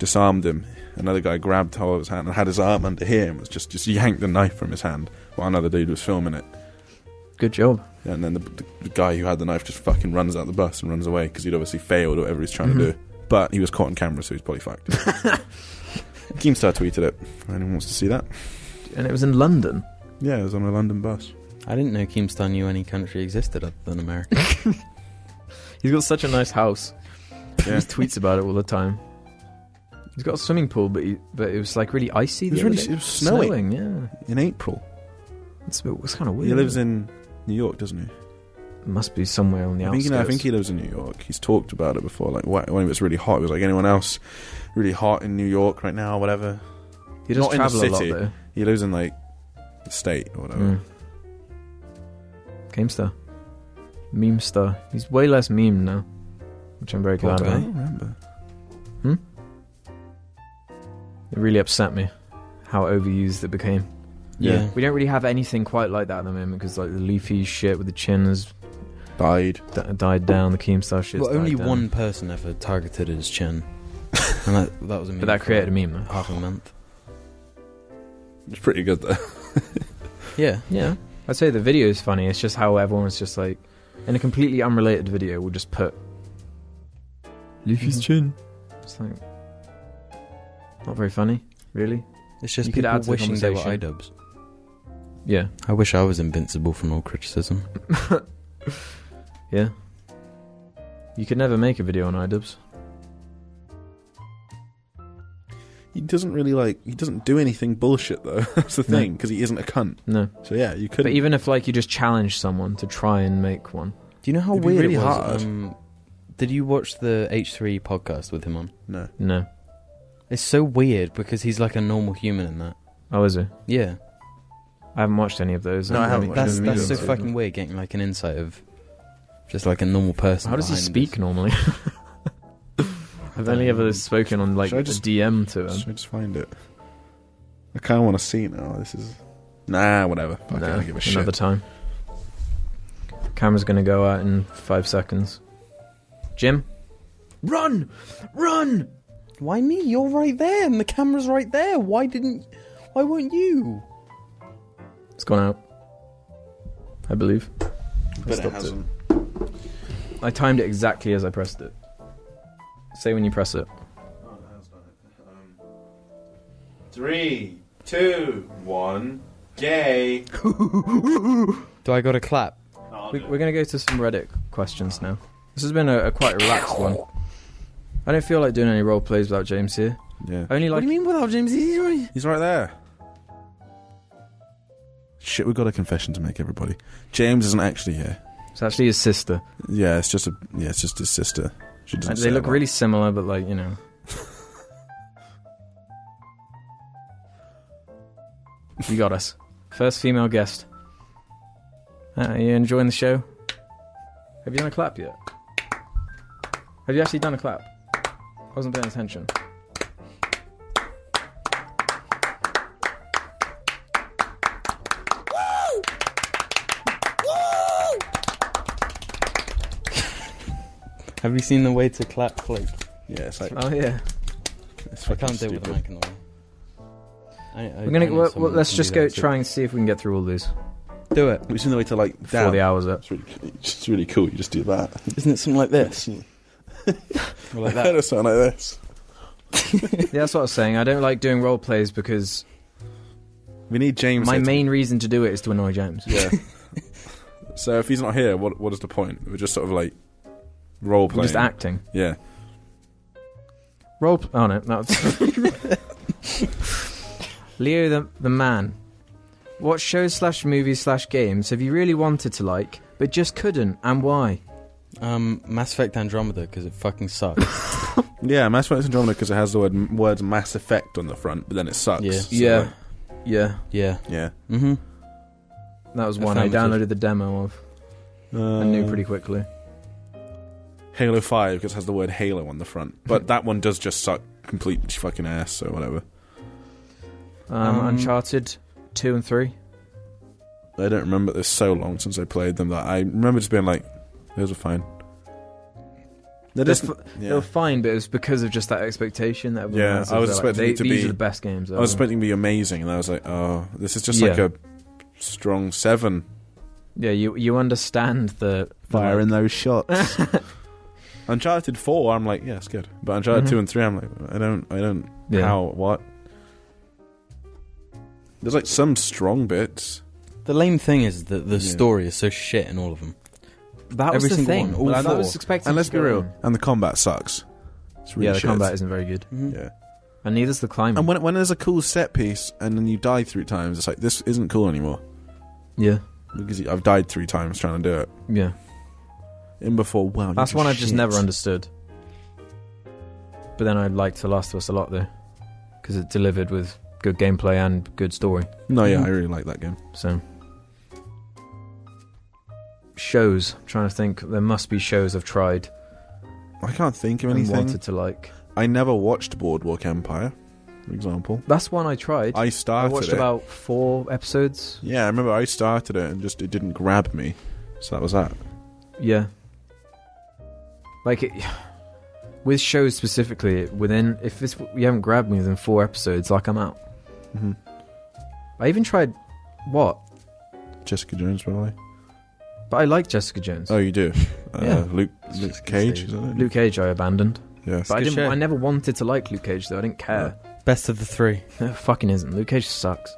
[SPEAKER 1] disarmed him. Another guy grabbed hold of his hand and had his arm under here and was just just yanked the knife from his hand while another dude was filming it.
[SPEAKER 2] Good job.
[SPEAKER 1] And then the, the, the guy who had the knife just fucking runs out the bus and runs away because he'd obviously failed whatever he's trying to
[SPEAKER 2] Mhm.
[SPEAKER 1] do. But he was caught on camera, so he's probably fucked. Keemstar tweeted it. If Anyone wants to see that?
[SPEAKER 2] And it was in London.
[SPEAKER 1] Yeah, it was on a London bus.
[SPEAKER 3] I didn't know Keemstar knew any country existed other than America.
[SPEAKER 2] He's got such a nice house.
[SPEAKER 1] Yeah.
[SPEAKER 2] He tweets about it all the time. He's got a swimming pool, but he, but it was like really icy.
[SPEAKER 1] It
[SPEAKER 2] the
[SPEAKER 1] was
[SPEAKER 2] other
[SPEAKER 1] really
[SPEAKER 2] day.
[SPEAKER 1] it was snowing,
[SPEAKER 2] yeah.
[SPEAKER 1] in April.
[SPEAKER 2] It's, a bit- it's kind of weird.
[SPEAKER 1] He lives in New York, doesn't he?
[SPEAKER 2] Must be somewhere on the
[SPEAKER 1] I think,
[SPEAKER 2] outskirts.
[SPEAKER 1] you know, I think he lives in New York. He's talked about it before. Like wh- when it was really hot, it was like anyone else really hot in New York right now, whatever.
[SPEAKER 2] He does
[SPEAKER 1] not in the
[SPEAKER 2] travel
[SPEAKER 1] city.
[SPEAKER 2] a lot
[SPEAKER 1] He lives in like the state or
[SPEAKER 2] though.
[SPEAKER 1] whatever.
[SPEAKER 2] Mm. Game star, meme star. He's way less meme now, which I'm very
[SPEAKER 3] Poor
[SPEAKER 2] glad
[SPEAKER 1] I
[SPEAKER 2] about.
[SPEAKER 1] don't remember.
[SPEAKER 2] It really upset me how overused it became.
[SPEAKER 1] Yeah.
[SPEAKER 2] We don't really have anything quite like that at the moment because like the leafy shit with the chin has
[SPEAKER 1] Died.
[SPEAKER 2] d- died down, the Keemstar shit's
[SPEAKER 3] Well,
[SPEAKER 2] died
[SPEAKER 3] only
[SPEAKER 2] down.
[SPEAKER 3] one person ever targeted his chin, and that, that was a meme
[SPEAKER 2] But that
[SPEAKER 3] for
[SPEAKER 2] created a meme though.
[SPEAKER 3] half a month.
[SPEAKER 1] It's pretty good though.
[SPEAKER 3] Yeah,
[SPEAKER 2] Yeah. I'd say the video is funny. It's just how everyone was just like, in a completely unrelated video, we'll just put Leafy's chin. It's like, not very funny, really.
[SPEAKER 3] it's just
[SPEAKER 2] You could
[SPEAKER 3] people
[SPEAKER 2] add to the
[SPEAKER 3] wishing they were
[SPEAKER 2] conversation.
[SPEAKER 3] idubs.
[SPEAKER 2] Yeah.
[SPEAKER 3] I wish I was invincible from all criticism.
[SPEAKER 2] yeah. You could never make a video on iDubbbz.
[SPEAKER 1] He doesn't really like. He doesn't do anything bullshit though. That's the
[SPEAKER 2] No.
[SPEAKER 1] thing because he isn't a cunt.
[SPEAKER 2] No.
[SPEAKER 1] So yeah, you could.
[SPEAKER 2] But even if, like, you just challenge someone to try and make one.
[SPEAKER 3] Do you know how
[SPEAKER 1] It'd be
[SPEAKER 3] weird
[SPEAKER 1] really
[SPEAKER 3] it was?
[SPEAKER 1] hard.
[SPEAKER 3] Um, did you watch the H3 podcast with him on?
[SPEAKER 1] no.
[SPEAKER 2] No.
[SPEAKER 3] It's so weird because he's like a normal human in that.
[SPEAKER 2] Oh, is it?
[SPEAKER 3] Yeah,
[SPEAKER 2] I haven't watched any of those.
[SPEAKER 1] No, I haven't watched
[SPEAKER 3] that's
[SPEAKER 1] them
[SPEAKER 3] that's
[SPEAKER 1] either,
[SPEAKER 3] so
[SPEAKER 1] but-
[SPEAKER 3] fucking weird. Getting like an insight of just like a normal person.
[SPEAKER 2] How does he
[SPEAKER 3] behind
[SPEAKER 2] speak normally? I've only ever spoken on, like,
[SPEAKER 1] Um, Should I just-
[SPEAKER 2] DM to him.
[SPEAKER 1] Should I just find it? I kind of want to see it now. This is nah, whatever. Fuck it, I
[SPEAKER 2] No,
[SPEAKER 1] don't give a shit.
[SPEAKER 2] another time. Camera's gonna go out in five seconds. Jim, run, run!
[SPEAKER 3] this. Why me? You're right there, and the camera's right there. Why didn't? Why weren't you?
[SPEAKER 2] It's gone out. I believe. I
[SPEAKER 1] But it
[SPEAKER 2] stopped it.
[SPEAKER 1] hasn't.
[SPEAKER 2] I timed it exactly as I pressed it. Say when you press it.
[SPEAKER 1] Three, two, one, gay.
[SPEAKER 3] Do I got to clap?
[SPEAKER 2] We, we're going to go to some Reddit questions now. This has been a, a quite relaxed one. I don't feel like doing any role plays without James here.
[SPEAKER 1] Yeah.
[SPEAKER 2] I only
[SPEAKER 3] what
[SPEAKER 2] like
[SPEAKER 3] do you mean without James? He's already-
[SPEAKER 1] He's right there. Shit, we've got a confession to make, everybody. James isn't actually here.
[SPEAKER 2] it's actually his sister.
[SPEAKER 1] Yeah, it's just a yeah, it's just his sister. She doesn't.
[SPEAKER 2] they
[SPEAKER 1] say a
[SPEAKER 2] look
[SPEAKER 1] lot.
[SPEAKER 2] really similar, but like you know, you got us. First female guest. Uh, are you enjoying the show? Have you done a clap yet? Have you actually done a clap? I wasn't paying attention.
[SPEAKER 3] Have you seen the way to clap? Click.
[SPEAKER 1] Yeah, it's like
[SPEAKER 2] Oh yeah.
[SPEAKER 1] it's
[SPEAKER 3] I
[SPEAKER 1] fucking
[SPEAKER 3] can't deal with the
[SPEAKER 1] stupid.
[SPEAKER 3] mic in the way. I, I,
[SPEAKER 2] We're
[SPEAKER 3] I
[SPEAKER 2] gonna.
[SPEAKER 3] know
[SPEAKER 2] Well, well,
[SPEAKER 3] someone
[SPEAKER 2] let's
[SPEAKER 3] who can
[SPEAKER 2] just
[SPEAKER 3] do
[SPEAKER 2] go
[SPEAKER 3] that too.
[SPEAKER 2] try and see if we can get through all these
[SPEAKER 3] Do it.
[SPEAKER 1] We've seen the way to like
[SPEAKER 2] before
[SPEAKER 1] down.
[SPEAKER 2] the hour's up.
[SPEAKER 1] It's really, it's really cool. You just do that.
[SPEAKER 3] Isn't it something like this? Or like that?
[SPEAKER 1] It'll sound like this.
[SPEAKER 2] yeah, that's what I was saying. I don't like doing role plays because
[SPEAKER 1] We need James.
[SPEAKER 2] my
[SPEAKER 1] here to-
[SPEAKER 2] main reason to do it is to annoy James.
[SPEAKER 1] Yeah. so if he's not here, what what is the point? We're just sort of like role
[SPEAKER 2] We're
[SPEAKER 1] playing.
[SPEAKER 2] just acting.
[SPEAKER 1] Yeah.
[SPEAKER 2] Roll. Oh no, that. Leo the the man. What shows slash movies slash games have you really wanted to like but just couldn't, and why?
[SPEAKER 3] Um, Mass Effect Andromeda because it fucking sucks.
[SPEAKER 1] Yeah, Mass Effect Andromeda because it has the word words Mass Effect on the front, but then it sucks.
[SPEAKER 3] Yeah.
[SPEAKER 1] So, like,
[SPEAKER 2] yeah.
[SPEAKER 3] yeah.
[SPEAKER 1] yeah.
[SPEAKER 3] Mm-hmm.
[SPEAKER 2] That was one I
[SPEAKER 3] Affirmative.
[SPEAKER 2] downloaded the demo of
[SPEAKER 1] Uh,
[SPEAKER 2] and knew pretty quickly.
[SPEAKER 1] Halo Five because it has the word Halo on the front, but that one does just suck complete fucking ass. So whatever.
[SPEAKER 2] Um,
[SPEAKER 3] Um,
[SPEAKER 2] Uncharted two and three.
[SPEAKER 1] I don't remember. There's so long since I played them that I remember just being like, "Those are fine." They're
[SPEAKER 2] They're,
[SPEAKER 1] just,
[SPEAKER 2] f- they
[SPEAKER 1] yeah.
[SPEAKER 2] were fine, but it was because of just that expectation that everyone
[SPEAKER 1] Yeah,
[SPEAKER 2] has.
[SPEAKER 1] I was
[SPEAKER 2] They're
[SPEAKER 1] expecting
[SPEAKER 2] they,
[SPEAKER 1] it to
[SPEAKER 2] these
[SPEAKER 1] be-
[SPEAKER 2] are the best games.
[SPEAKER 1] I was
[SPEAKER 2] ever.
[SPEAKER 1] expecting to be amazing, and I was like, "Oh, this is just like
[SPEAKER 2] Yeah.
[SPEAKER 1] a strong seven.
[SPEAKER 2] yeah, you you understand the the, like,
[SPEAKER 1] those shots. Uncharted Four, I'm like, yeah, it's good. But Uncharted
[SPEAKER 2] Mhm.
[SPEAKER 1] Two and Three, I'm like, I don't, I don't,
[SPEAKER 2] Yeah.
[SPEAKER 1] how, what? There's like some strong bits.
[SPEAKER 3] The lame thing is that the
[SPEAKER 1] Yeah.
[SPEAKER 3] story is so shit in all of them.
[SPEAKER 2] That
[SPEAKER 3] Every
[SPEAKER 2] was the
[SPEAKER 3] single
[SPEAKER 2] thing.
[SPEAKER 3] one, all
[SPEAKER 2] I
[SPEAKER 3] four.
[SPEAKER 2] was expecting.
[SPEAKER 1] And
[SPEAKER 2] it
[SPEAKER 1] let's
[SPEAKER 2] to
[SPEAKER 1] be
[SPEAKER 2] go
[SPEAKER 1] real,
[SPEAKER 2] on.
[SPEAKER 1] and the combat sucks. It's really
[SPEAKER 2] yeah, the
[SPEAKER 1] shit.
[SPEAKER 2] combat isn't very good,
[SPEAKER 3] Mm-hmm.
[SPEAKER 1] Yeah.
[SPEAKER 2] and neither's the climbing.
[SPEAKER 1] And when, when there's a cool set piece and then you die three times, it's like this isn't cool anymore
[SPEAKER 2] yeah,
[SPEAKER 1] because I've died three times trying to do it.
[SPEAKER 2] yeah.
[SPEAKER 1] In before, wow,
[SPEAKER 2] That's
[SPEAKER 1] one
[SPEAKER 2] one I've just never understood. But then I liked The Last of Us a lot though, because it delivered with good gameplay and good story.
[SPEAKER 1] No, yeah,
[SPEAKER 2] Mm.
[SPEAKER 3] Mhm.
[SPEAKER 1] I really like that game.
[SPEAKER 2] So shows. I'm trying to think. There must be shows I've tried
[SPEAKER 1] I can't think of
[SPEAKER 2] and
[SPEAKER 1] anything.
[SPEAKER 2] wanted to like.
[SPEAKER 1] I never watched Boardwalk Empire, for example.
[SPEAKER 2] That's one I tried.
[SPEAKER 1] I
[SPEAKER 2] I
[SPEAKER 1] started
[SPEAKER 2] watched
[SPEAKER 1] it.
[SPEAKER 2] about four episodes.
[SPEAKER 1] Yeah, I remember I started it and just it didn't grab me. So that was that.
[SPEAKER 2] Yeah. Like it, with shows specifically, within if this you haven't grabbed me within four episodes, like I'm out.
[SPEAKER 1] hmm
[SPEAKER 2] I even tried what,
[SPEAKER 1] Jessica Jones, by the way.
[SPEAKER 2] but I like Jessica Jones.
[SPEAKER 1] Oh, you do. Uh,
[SPEAKER 2] Yeah.
[SPEAKER 1] Luke
[SPEAKER 3] It's
[SPEAKER 1] Luke
[SPEAKER 3] just gonna
[SPEAKER 1] Cage.
[SPEAKER 3] say-
[SPEAKER 1] Is that it?
[SPEAKER 2] Luke Cage, I abandoned,
[SPEAKER 1] Yeah.
[SPEAKER 2] but I
[SPEAKER 3] good
[SPEAKER 2] didn't.
[SPEAKER 3] show.
[SPEAKER 2] I never wanted to like Luke Cage though. I didn't care.
[SPEAKER 3] Best of the three.
[SPEAKER 2] No, fucking isn't. Luke Cage sucks.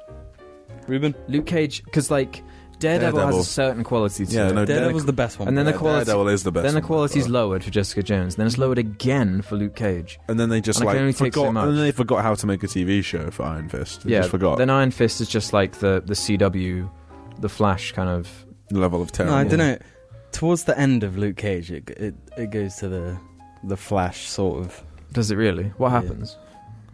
[SPEAKER 3] Ruben.
[SPEAKER 2] Luke Cage, because like Daredevil,
[SPEAKER 1] Daredevil.
[SPEAKER 2] has a certain quality to
[SPEAKER 1] Yeah,
[SPEAKER 2] it.
[SPEAKER 1] no,
[SPEAKER 3] Daredevil's the best one.
[SPEAKER 2] Oh, And then the
[SPEAKER 1] Yeah,
[SPEAKER 2] quality-
[SPEAKER 1] Daredevil is the best.
[SPEAKER 2] then the
[SPEAKER 1] one, Uh,
[SPEAKER 2] quality's
[SPEAKER 1] but-
[SPEAKER 2] lowered for Jessica Jones. Then it's lowered again for Luke Cage.
[SPEAKER 1] And then they just
[SPEAKER 2] and I
[SPEAKER 1] like
[SPEAKER 2] can only take so
[SPEAKER 1] forgot.
[SPEAKER 2] much.
[SPEAKER 1] And then they forgot how to make a TV show for Iron Fist. They
[SPEAKER 2] yeah,
[SPEAKER 1] just forgot
[SPEAKER 2] Then Iron Fist is just like the the CW, the Flash kind of
[SPEAKER 1] the level of terror.
[SPEAKER 3] no, I
[SPEAKER 2] terrible.
[SPEAKER 3] don't know. Towards the end of Luke Cage, it it, it goes to the the Flash sort of.
[SPEAKER 2] Does it really? What
[SPEAKER 3] Yeah.
[SPEAKER 2] happens?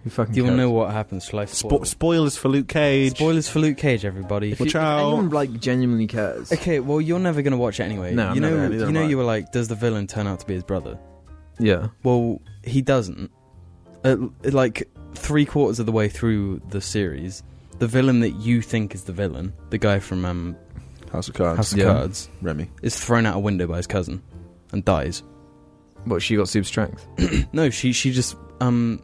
[SPEAKER 2] Who fucking
[SPEAKER 3] Do you
[SPEAKER 2] cares?
[SPEAKER 3] all know what happens? Shall I spoil?
[SPEAKER 1] Spo- spoilers for Luke Cage.
[SPEAKER 3] Spoilers for Luke Cage, everybody.
[SPEAKER 2] If,
[SPEAKER 1] Watch
[SPEAKER 2] you,
[SPEAKER 1] out.
[SPEAKER 2] if anyone like genuinely cares,
[SPEAKER 3] Okay, well you're never gonna watch it anyway.
[SPEAKER 2] No, I'm
[SPEAKER 3] you
[SPEAKER 2] not
[SPEAKER 3] know,
[SPEAKER 1] gonna, neither
[SPEAKER 3] you know,
[SPEAKER 1] am I.
[SPEAKER 3] you were like, does the villain turn out to be his brother?
[SPEAKER 2] yeah,
[SPEAKER 3] Well, he doesn't. At, like three quarters of the way through the series, the villain that you think is the villain, the guy from um,
[SPEAKER 1] House of Cards.
[SPEAKER 3] House of
[SPEAKER 2] Yeah.
[SPEAKER 3] Cards,
[SPEAKER 1] Remy.
[SPEAKER 3] is thrown out a window by his cousin and dies.
[SPEAKER 2] but she got super strength.
[SPEAKER 3] No, she she just um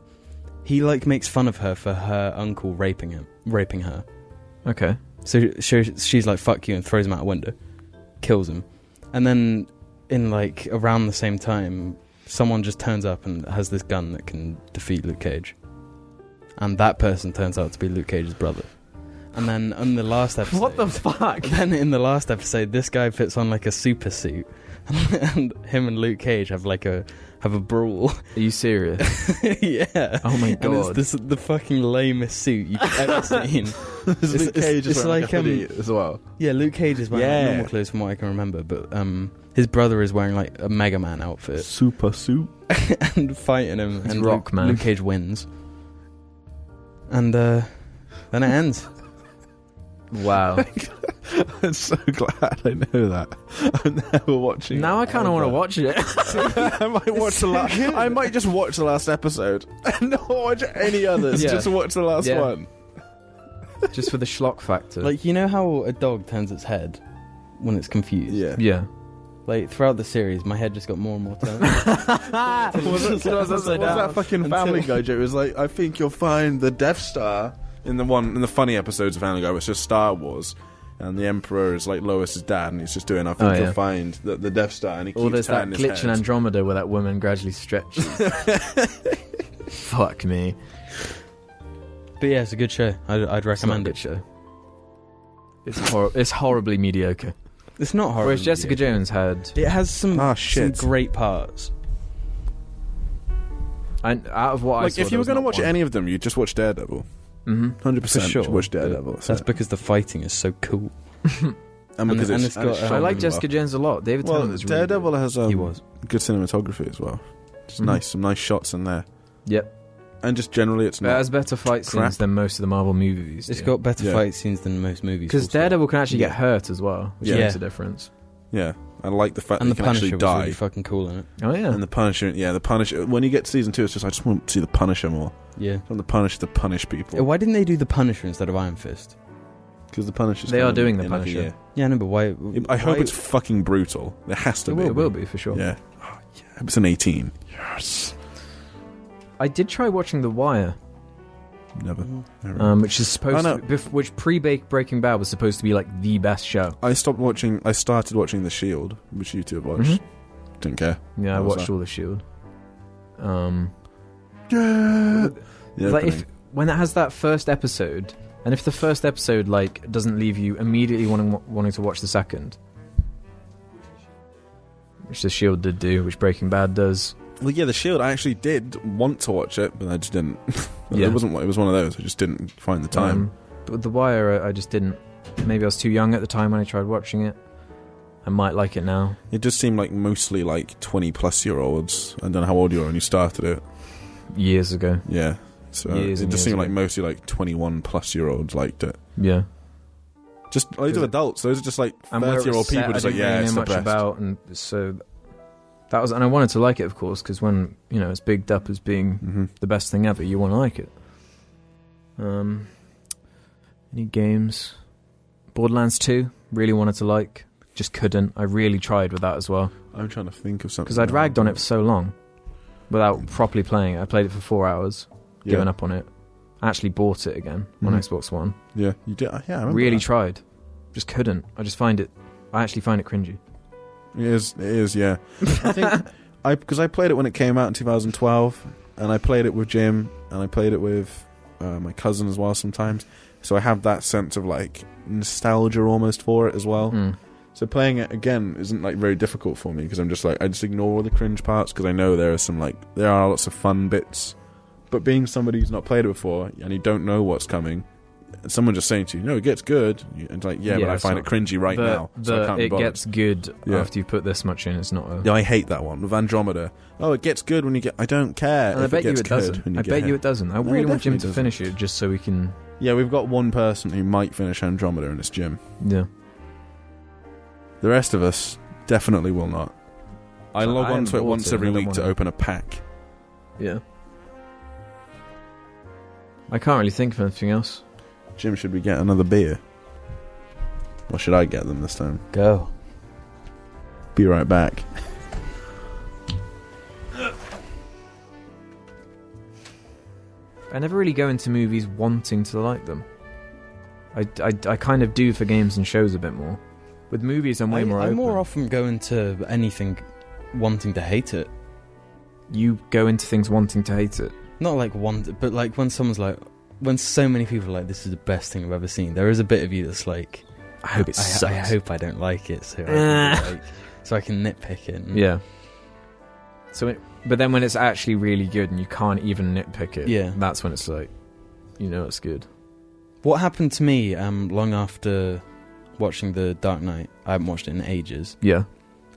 [SPEAKER 3] He like makes fun of her for her uncle raping him, raping her.
[SPEAKER 2] Okay.
[SPEAKER 3] So she, she's like, "Fuck you," and throws him out a window, kills him, and then in like around the same time, someone just turns up and has this gun that can defeat Luke Cage, and that person turns out to be Luke Cage's brother. And then in the last episode,
[SPEAKER 4] What the fuck?
[SPEAKER 3] then in the last episode, this guy puts on like a super suit, and him and Luke Cage have like a have a brawl.
[SPEAKER 2] Are you serious?
[SPEAKER 3] yeah.
[SPEAKER 2] Oh my
[SPEAKER 3] And it's
[SPEAKER 2] god.
[SPEAKER 3] this, the fucking lamest suit you've ever seen.
[SPEAKER 1] It's,
[SPEAKER 3] It's- it's-
[SPEAKER 1] Cage is
[SPEAKER 3] it's
[SPEAKER 1] wearing,
[SPEAKER 3] like,
[SPEAKER 1] a
[SPEAKER 3] um,
[SPEAKER 1] hoodie as well.
[SPEAKER 3] Yeah, Luke Cage is wearing like,
[SPEAKER 1] Yeah.
[SPEAKER 3] normal clothes from what I can remember, but um, his brother is wearing like a Mega Man outfit
[SPEAKER 1] Super suit.
[SPEAKER 3] and fighting him,
[SPEAKER 2] He's
[SPEAKER 3] and
[SPEAKER 2] Rock
[SPEAKER 3] Luke,
[SPEAKER 2] Man.
[SPEAKER 3] Luke Cage wins, and uh, then it ends.
[SPEAKER 2] Wow.
[SPEAKER 1] I'm so glad I know that. I'm never watching.
[SPEAKER 2] now I
[SPEAKER 1] it
[SPEAKER 2] kind of want to
[SPEAKER 1] ever.
[SPEAKER 2] watch it.
[SPEAKER 1] I might watch the last. I might just watch the last episode and not watch any others.
[SPEAKER 2] Yeah.
[SPEAKER 1] Just watch the last
[SPEAKER 2] Yeah.
[SPEAKER 1] one.
[SPEAKER 2] Just for the schlock factor.
[SPEAKER 3] Like you know how a dog turns its head when it's confused.
[SPEAKER 1] Yeah.
[SPEAKER 2] yeah.
[SPEAKER 3] Like throughout the series, my head just got more and more turned.
[SPEAKER 1] was it,
[SPEAKER 2] It was
[SPEAKER 1] was
[SPEAKER 2] upside
[SPEAKER 1] that
[SPEAKER 2] down.
[SPEAKER 1] fucking
[SPEAKER 3] Until-
[SPEAKER 1] Family Guy joke? It was like, I think you'll find the Death Star in the one in the funny episodes of Family Guy. where It's just Star Wars, and the Emperor is like Lois's dad, and he's just doing. I think
[SPEAKER 2] Oh, yeah.
[SPEAKER 1] you'll find the, the Death Star, and he
[SPEAKER 2] Or
[SPEAKER 1] keeps
[SPEAKER 2] there's that
[SPEAKER 1] turning his
[SPEAKER 2] glitch in
[SPEAKER 1] head.
[SPEAKER 2] Andromeda where that woman gradually stretches. Fuck me.
[SPEAKER 3] But yeah, it's a good show. I'd, I'd
[SPEAKER 2] It's not a
[SPEAKER 3] recommend
[SPEAKER 2] good
[SPEAKER 3] it.
[SPEAKER 2] show. It's, hor- it's horribly mediocre.
[SPEAKER 3] It's not horrible.
[SPEAKER 2] Whereas Jessica Jones had,
[SPEAKER 3] It has some,
[SPEAKER 1] Ah,
[SPEAKER 3] some
[SPEAKER 1] shit.
[SPEAKER 3] great parts.
[SPEAKER 2] I, out of what I
[SPEAKER 1] like,
[SPEAKER 2] saw,
[SPEAKER 1] if you were going to watch any of them, you'd just watch Daredevil.
[SPEAKER 2] hmm
[SPEAKER 1] Hundred percent,
[SPEAKER 3] sure,
[SPEAKER 1] watch
[SPEAKER 3] but
[SPEAKER 1] Daredevil. so-
[SPEAKER 3] That's because the fighting is so cool.
[SPEAKER 2] Mm-hmm.
[SPEAKER 1] and because
[SPEAKER 3] and
[SPEAKER 1] it's,
[SPEAKER 3] it's got,
[SPEAKER 2] uh, I
[SPEAKER 3] um,
[SPEAKER 2] like Jessica Jones a lot. David
[SPEAKER 1] Well,
[SPEAKER 2] Tennant was really
[SPEAKER 1] Daredevil has um,
[SPEAKER 3] he was.
[SPEAKER 1] good cinematography as well. Just
[SPEAKER 2] Mhm.
[SPEAKER 1] nice, some nice shots in there.
[SPEAKER 2] Yep.
[SPEAKER 1] And just generally, it's
[SPEAKER 2] good. It
[SPEAKER 1] not.
[SPEAKER 2] has better fight
[SPEAKER 1] crap.
[SPEAKER 2] scenes than most of the Marvel movies.
[SPEAKER 3] It's
[SPEAKER 2] do.
[SPEAKER 3] got better
[SPEAKER 1] Yeah.
[SPEAKER 3] fight scenes than most movies.
[SPEAKER 2] because
[SPEAKER 3] full stop.
[SPEAKER 2] Daredevil can actually get
[SPEAKER 1] Yeah.
[SPEAKER 2] hurt as well, which
[SPEAKER 1] Yeah.
[SPEAKER 2] makes a difference.
[SPEAKER 1] Yeah, I like the fact
[SPEAKER 3] and
[SPEAKER 1] that
[SPEAKER 3] the
[SPEAKER 1] you can
[SPEAKER 3] Punisher
[SPEAKER 1] actually
[SPEAKER 3] was
[SPEAKER 1] die.
[SPEAKER 3] really fucking cool in it.
[SPEAKER 2] Oh yeah,
[SPEAKER 1] And the Punisher, yeah, the Punisher. When you get to season two, it's just I just want to see the Punisher more.
[SPEAKER 3] Yeah.
[SPEAKER 1] I want the Punisher to punish people
[SPEAKER 3] Why didn't they do the Punisher instead of Iron Fist?
[SPEAKER 1] because the Punisher's.
[SPEAKER 2] They are
[SPEAKER 1] coming
[SPEAKER 2] doing the
[SPEAKER 1] in like a
[SPEAKER 2] Punisher.
[SPEAKER 1] year.
[SPEAKER 3] Yeah, I know, but why?
[SPEAKER 1] I hope
[SPEAKER 3] why-
[SPEAKER 1] it's fucking brutal. There has to
[SPEAKER 2] it
[SPEAKER 1] be.
[SPEAKER 2] will, it will be for sure.
[SPEAKER 1] Yeah. Oh, yeah. I hope It's an eighteen. Yes.
[SPEAKER 2] I did try watching The Wire,
[SPEAKER 1] Never.
[SPEAKER 3] Mm.
[SPEAKER 1] never.
[SPEAKER 2] um, which is supposed,
[SPEAKER 1] Mm. I
[SPEAKER 2] to, bef- which pre Breaking Bad was supposed to be like the best show.
[SPEAKER 1] I stopped watching. I started watching The Shield, which you two have watched.
[SPEAKER 2] Mm-hmm.
[SPEAKER 1] Didn't care.
[SPEAKER 2] Yeah, I
[SPEAKER 1] What was
[SPEAKER 2] watched
[SPEAKER 1] that?
[SPEAKER 2] all the Shield. Um,
[SPEAKER 1] Yeah.
[SPEAKER 2] like if when it has that first episode, and if the first episode like doesn't leave you immediately wanting wanting to watch the second, which the Shield E did do, which Breaking Bad does.
[SPEAKER 1] Well, yeah, The Shield. I actually did want to watch it, but I just didn't.
[SPEAKER 2] Yeah.
[SPEAKER 1] It wasn't. It was one of those. I just didn't find the time.
[SPEAKER 2] Um, but The Wire, I, I just didn't. Maybe I was too young at the time when I tried watching it. I might like it now.
[SPEAKER 1] It just seemed like mostly like twenty plus year olds. I don't know how old you are when you started it.
[SPEAKER 2] Years ago,
[SPEAKER 1] Yeah. So
[SPEAKER 2] Years
[SPEAKER 1] it
[SPEAKER 2] and
[SPEAKER 1] just
[SPEAKER 2] years
[SPEAKER 1] seemed like
[SPEAKER 2] ago.
[SPEAKER 1] mostly like 21 plus year olds liked it.
[SPEAKER 2] yeah.
[SPEAKER 1] Just those are
[SPEAKER 2] it-
[SPEAKER 1] adults. Those are just like
[SPEAKER 2] And where
[SPEAKER 1] 30 year old
[SPEAKER 2] it was set,
[SPEAKER 1] people. Just
[SPEAKER 2] I
[SPEAKER 1] like
[SPEAKER 2] didn't
[SPEAKER 1] yeah,
[SPEAKER 2] really
[SPEAKER 1] it's
[SPEAKER 2] know
[SPEAKER 1] the
[SPEAKER 2] much
[SPEAKER 1] best.
[SPEAKER 2] about, and so that was. And I wanted to like it, of course, because when you know it's bigged up as being
[SPEAKER 1] hmm
[SPEAKER 2] the best thing ever. You want to like it. Um, any games? Borderlands 2, really wanted to like. Just couldn't. I really tried with that as well.
[SPEAKER 1] I'm trying to think of something
[SPEAKER 2] Because I'd
[SPEAKER 1] now.
[SPEAKER 2] ragged on it for so long without properly playing it. I played it for four hours,
[SPEAKER 1] Yeah,
[SPEAKER 2] given up on it. I actually bought it again on
[SPEAKER 1] Mhm.
[SPEAKER 2] Xbox One.
[SPEAKER 1] yeah, you did. Yeah, I remember
[SPEAKER 2] Really
[SPEAKER 1] that.
[SPEAKER 2] tried. Just couldn't. I just find it. I actually find it cringy.
[SPEAKER 1] It is. It is. Yeah. I think I because I played it when it came out in 2012, and I played it with Jim, and I played it with uh, my cousin as well sometimes. So I have that sense of like nostalgia almost for it as well.
[SPEAKER 2] Mm.
[SPEAKER 1] So playing it again isn't like very difficult for me because I'm just like I just ignore all the cringe parts because I know there are some like there are lots of fun bits. But being somebody who's not played it before and you don't know what's coming, and someone just saying to you, "No, it gets good," and it's like, "Yeah,
[SPEAKER 2] Yeah,
[SPEAKER 1] but I
[SPEAKER 2] it's
[SPEAKER 1] find it
[SPEAKER 2] not-
[SPEAKER 1] cringy right
[SPEAKER 2] The-
[SPEAKER 1] now, so I
[SPEAKER 2] the
[SPEAKER 1] can't be
[SPEAKER 2] it
[SPEAKER 1] bothered."
[SPEAKER 2] gets good
[SPEAKER 1] Yeah.
[SPEAKER 2] after you put this much in. It's not a.
[SPEAKER 1] No, I hate that one with Andromeda. Oh, it gets good when you get. I don't care.
[SPEAKER 2] And I
[SPEAKER 1] if
[SPEAKER 2] bet
[SPEAKER 1] it
[SPEAKER 2] you
[SPEAKER 1] gets
[SPEAKER 2] it
[SPEAKER 1] good
[SPEAKER 2] doesn't.
[SPEAKER 1] when
[SPEAKER 2] I
[SPEAKER 1] get
[SPEAKER 2] bet
[SPEAKER 1] hit.
[SPEAKER 2] you it doesn't. I
[SPEAKER 1] No, it
[SPEAKER 2] really want Jim to
[SPEAKER 1] definitely
[SPEAKER 2] finish it just so we can.
[SPEAKER 1] Yeah, we've got one person who might finish Andromeda in this gym.
[SPEAKER 2] Yeah.
[SPEAKER 1] The rest of us definitely will not. I
[SPEAKER 2] I
[SPEAKER 1] log
[SPEAKER 2] haven't
[SPEAKER 1] on to it
[SPEAKER 2] bought
[SPEAKER 1] once
[SPEAKER 2] it,
[SPEAKER 1] every
[SPEAKER 2] I don't
[SPEAKER 1] week to
[SPEAKER 2] want it.
[SPEAKER 1] open a pack.
[SPEAKER 2] Yeah. I can't really think of anything else.
[SPEAKER 1] Jim, should we get another beer? Or should I get them this time?
[SPEAKER 3] Go.
[SPEAKER 1] Be right back.
[SPEAKER 2] I never really go into movies wanting to like them. I, I, I kind of do for games and shows a bit more. With movies, I'm way
[SPEAKER 3] I,
[SPEAKER 2] more
[SPEAKER 3] I
[SPEAKER 2] open.
[SPEAKER 3] more often go into anything wanting to hate it.
[SPEAKER 2] you go into things wanting to hate it.
[SPEAKER 3] Not like one, but like when someone's like, when so many people are like, this is the best thing I've ever seen. There is a bit of you that's like,
[SPEAKER 2] I hope it
[SPEAKER 3] I,
[SPEAKER 2] sucks. Ah.
[SPEAKER 3] I hope I don't like it, so I can, be like, so I can nitpick it.
[SPEAKER 1] Mm.
[SPEAKER 3] And,
[SPEAKER 2] Yeah. So, it, but then when it's actually really good and you can't even nitpick it,
[SPEAKER 3] Yeah.
[SPEAKER 2] that's when it's like, you know, it's good.
[SPEAKER 3] What happened to me um, long after watching The Dark Knight? I haven't watched it in ages,
[SPEAKER 2] Yeah,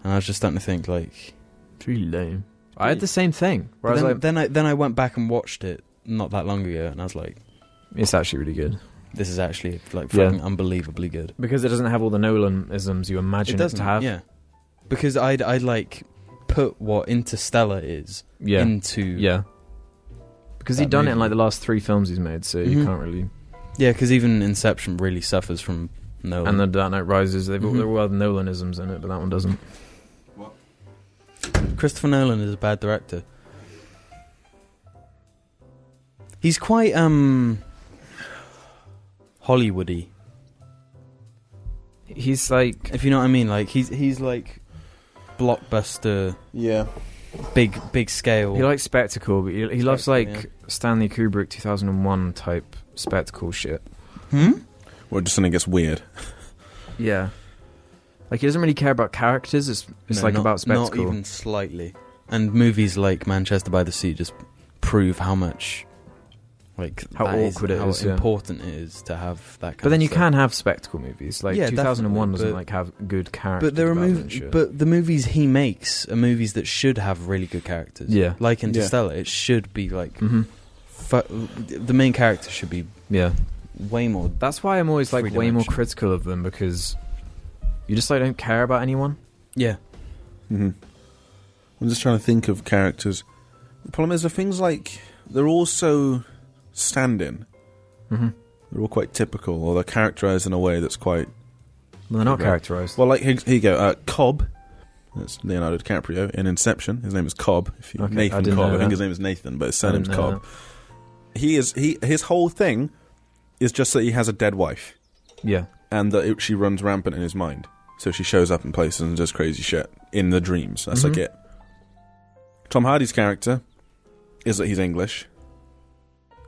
[SPEAKER 3] and I was just starting to think like.
[SPEAKER 2] it's really lame. I had the same thing where I
[SPEAKER 3] But
[SPEAKER 2] was like,
[SPEAKER 3] then, then I then I went back and watched it not that long ago, and I was like,
[SPEAKER 2] it's actually really good
[SPEAKER 3] this is actually like
[SPEAKER 2] Yeah.
[SPEAKER 3] fucking unbelievably good.
[SPEAKER 2] because it doesn't have all the Nolanisms you imagine it,
[SPEAKER 3] doesn't
[SPEAKER 2] to have.
[SPEAKER 3] yeah, because I'd I'd like put what Interstellar is
[SPEAKER 2] yeah,
[SPEAKER 3] into
[SPEAKER 2] yeah. Because
[SPEAKER 3] That
[SPEAKER 2] he'd done it in
[SPEAKER 3] movie.
[SPEAKER 2] like the last three films he's made, so you
[SPEAKER 3] Mhm.
[SPEAKER 2] can't really.
[SPEAKER 3] yeah, because even Inception really suffers from no.
[SPEAKER 2] And the Dark Knight Rises, they've all
[SPEAKER 3] Mhm.
[SPEAKER 2] there were other Nolanisms in it, but that one doesn't.
[SPEAKER 3] Christopher Nolan is a bad director. He's quite um Hollywoody,
[SPEAKER 2] He's like,
[SPEAKER 3] if you know what I mean. Like he's he's like blockbuster,
[SPEAKER 1] Yeah.
[SPEAKER 3] big big scale.
[SPEAKER 2] He likes spectacle, but he, he loves like
[SPEAKER 3] Spectacle,
[SPEAKER 2] Stanley Kubrick 2001 type spectacle shit.
[SPEAKER 3] hmm?
[SPEAKER 1] Or just something gets weird.
[SPEAKER 2] Yeah. Like he doesn't really care about characters. It's it's
[SPEAKER 3] No,
[SPEAKER 2] like
[SPEAKER 3] not-
[SPEAKER 2] about spectacle.
[SPEAKER 3] Not even slightly. And movies like Manchester by the Sea just prove how much, like
[SPEAKER 2] How
[SPEAKER 3] that is-
[SPEAKER 2] awkward it
[SPEAKER 3] how
[SPEAKER 2] is, yeah.
[SPEAKER 3] important it is to have that. kind
[SPEAKER 2] but then
[SPEAKER 3] of
[SPEAKER 2] you
[SPEAKER 3] stuff.
[SPEAKER 2] can have spectacle movies. Like
[SPEAKER 3] Yeah,
[SPEAKER 2] 2001
[SPEAKER 3] definitely,
[SPEAKER 2] doesn't
[SPEAKER 3] but-
[SPEAKER 2] like have good characters.
[SPEAKER 3] But there are
[SPEAKER 2] movies.
[SPEAKER 3] movies. But the movies he makes are movies that should have really good characters.
[SPEAKER 2] Yeah.
[SPEAKER 3] Like Interstellar, it should be like
[SPEAKER 2] hmm
[SPEAKER 3] fu- the main character should be
[SPEAKER 2] Yeah.
[SPEAKER 3] way more.
[SPEAKER 2] That's why I'm always like
[SPEAKER 3] Three
[SPEAKER 2] way more
[SPEAKER 3] dimensional.
[SPEAKER 2] critical of them because you just like don't care about anyone.
[SPEAKER 3] Yeah.
[SPEAKER 1] hmm I'm just trying to think of characters. The problem is, the things like they're all so standing.
[SPEAKER 2] Mm-hmm.
[SPEAKER 1] They're all quite typical, or they're characterized in a way that's quite
[SPEAKER 2] Well, they're not
[SPEAKER 1] Okay.
[SPEAKER 2] characterized.
[SPEAKER 1] well. Like here, here you go, uh, Cobb. That's Leonardo DiCaprio in Inception. His name is Cobb. If you,
[SPEAKER 2] Okay, I
[SPEAKER 1] Nathan
[SPEAKER 2] didn't
[SPEAKER 1] Cobb.
[SPEAKER 2] know
[SPEAKER 1] I think
[SPEAKER 2] that.
[SPEAKER 1] his name is Nathan, but his
[SPEAKER 2] I
[SPEAKER 1] surname's
[SPEAKER 2] didn't know
[SPEAKER 1] Cobb. He is he. His whole thing is just that he has a dead wife.
[SPEAKER 2] that. Yeah.
[SPEAKER 1] and that it, she runs rampant in his mind. So she shows up in places and does crazy shit in the dreams. That's
[SPEAKER 2] Mhm.
[SPEAKER 1] like it. Tom Hardy's character is that he's English,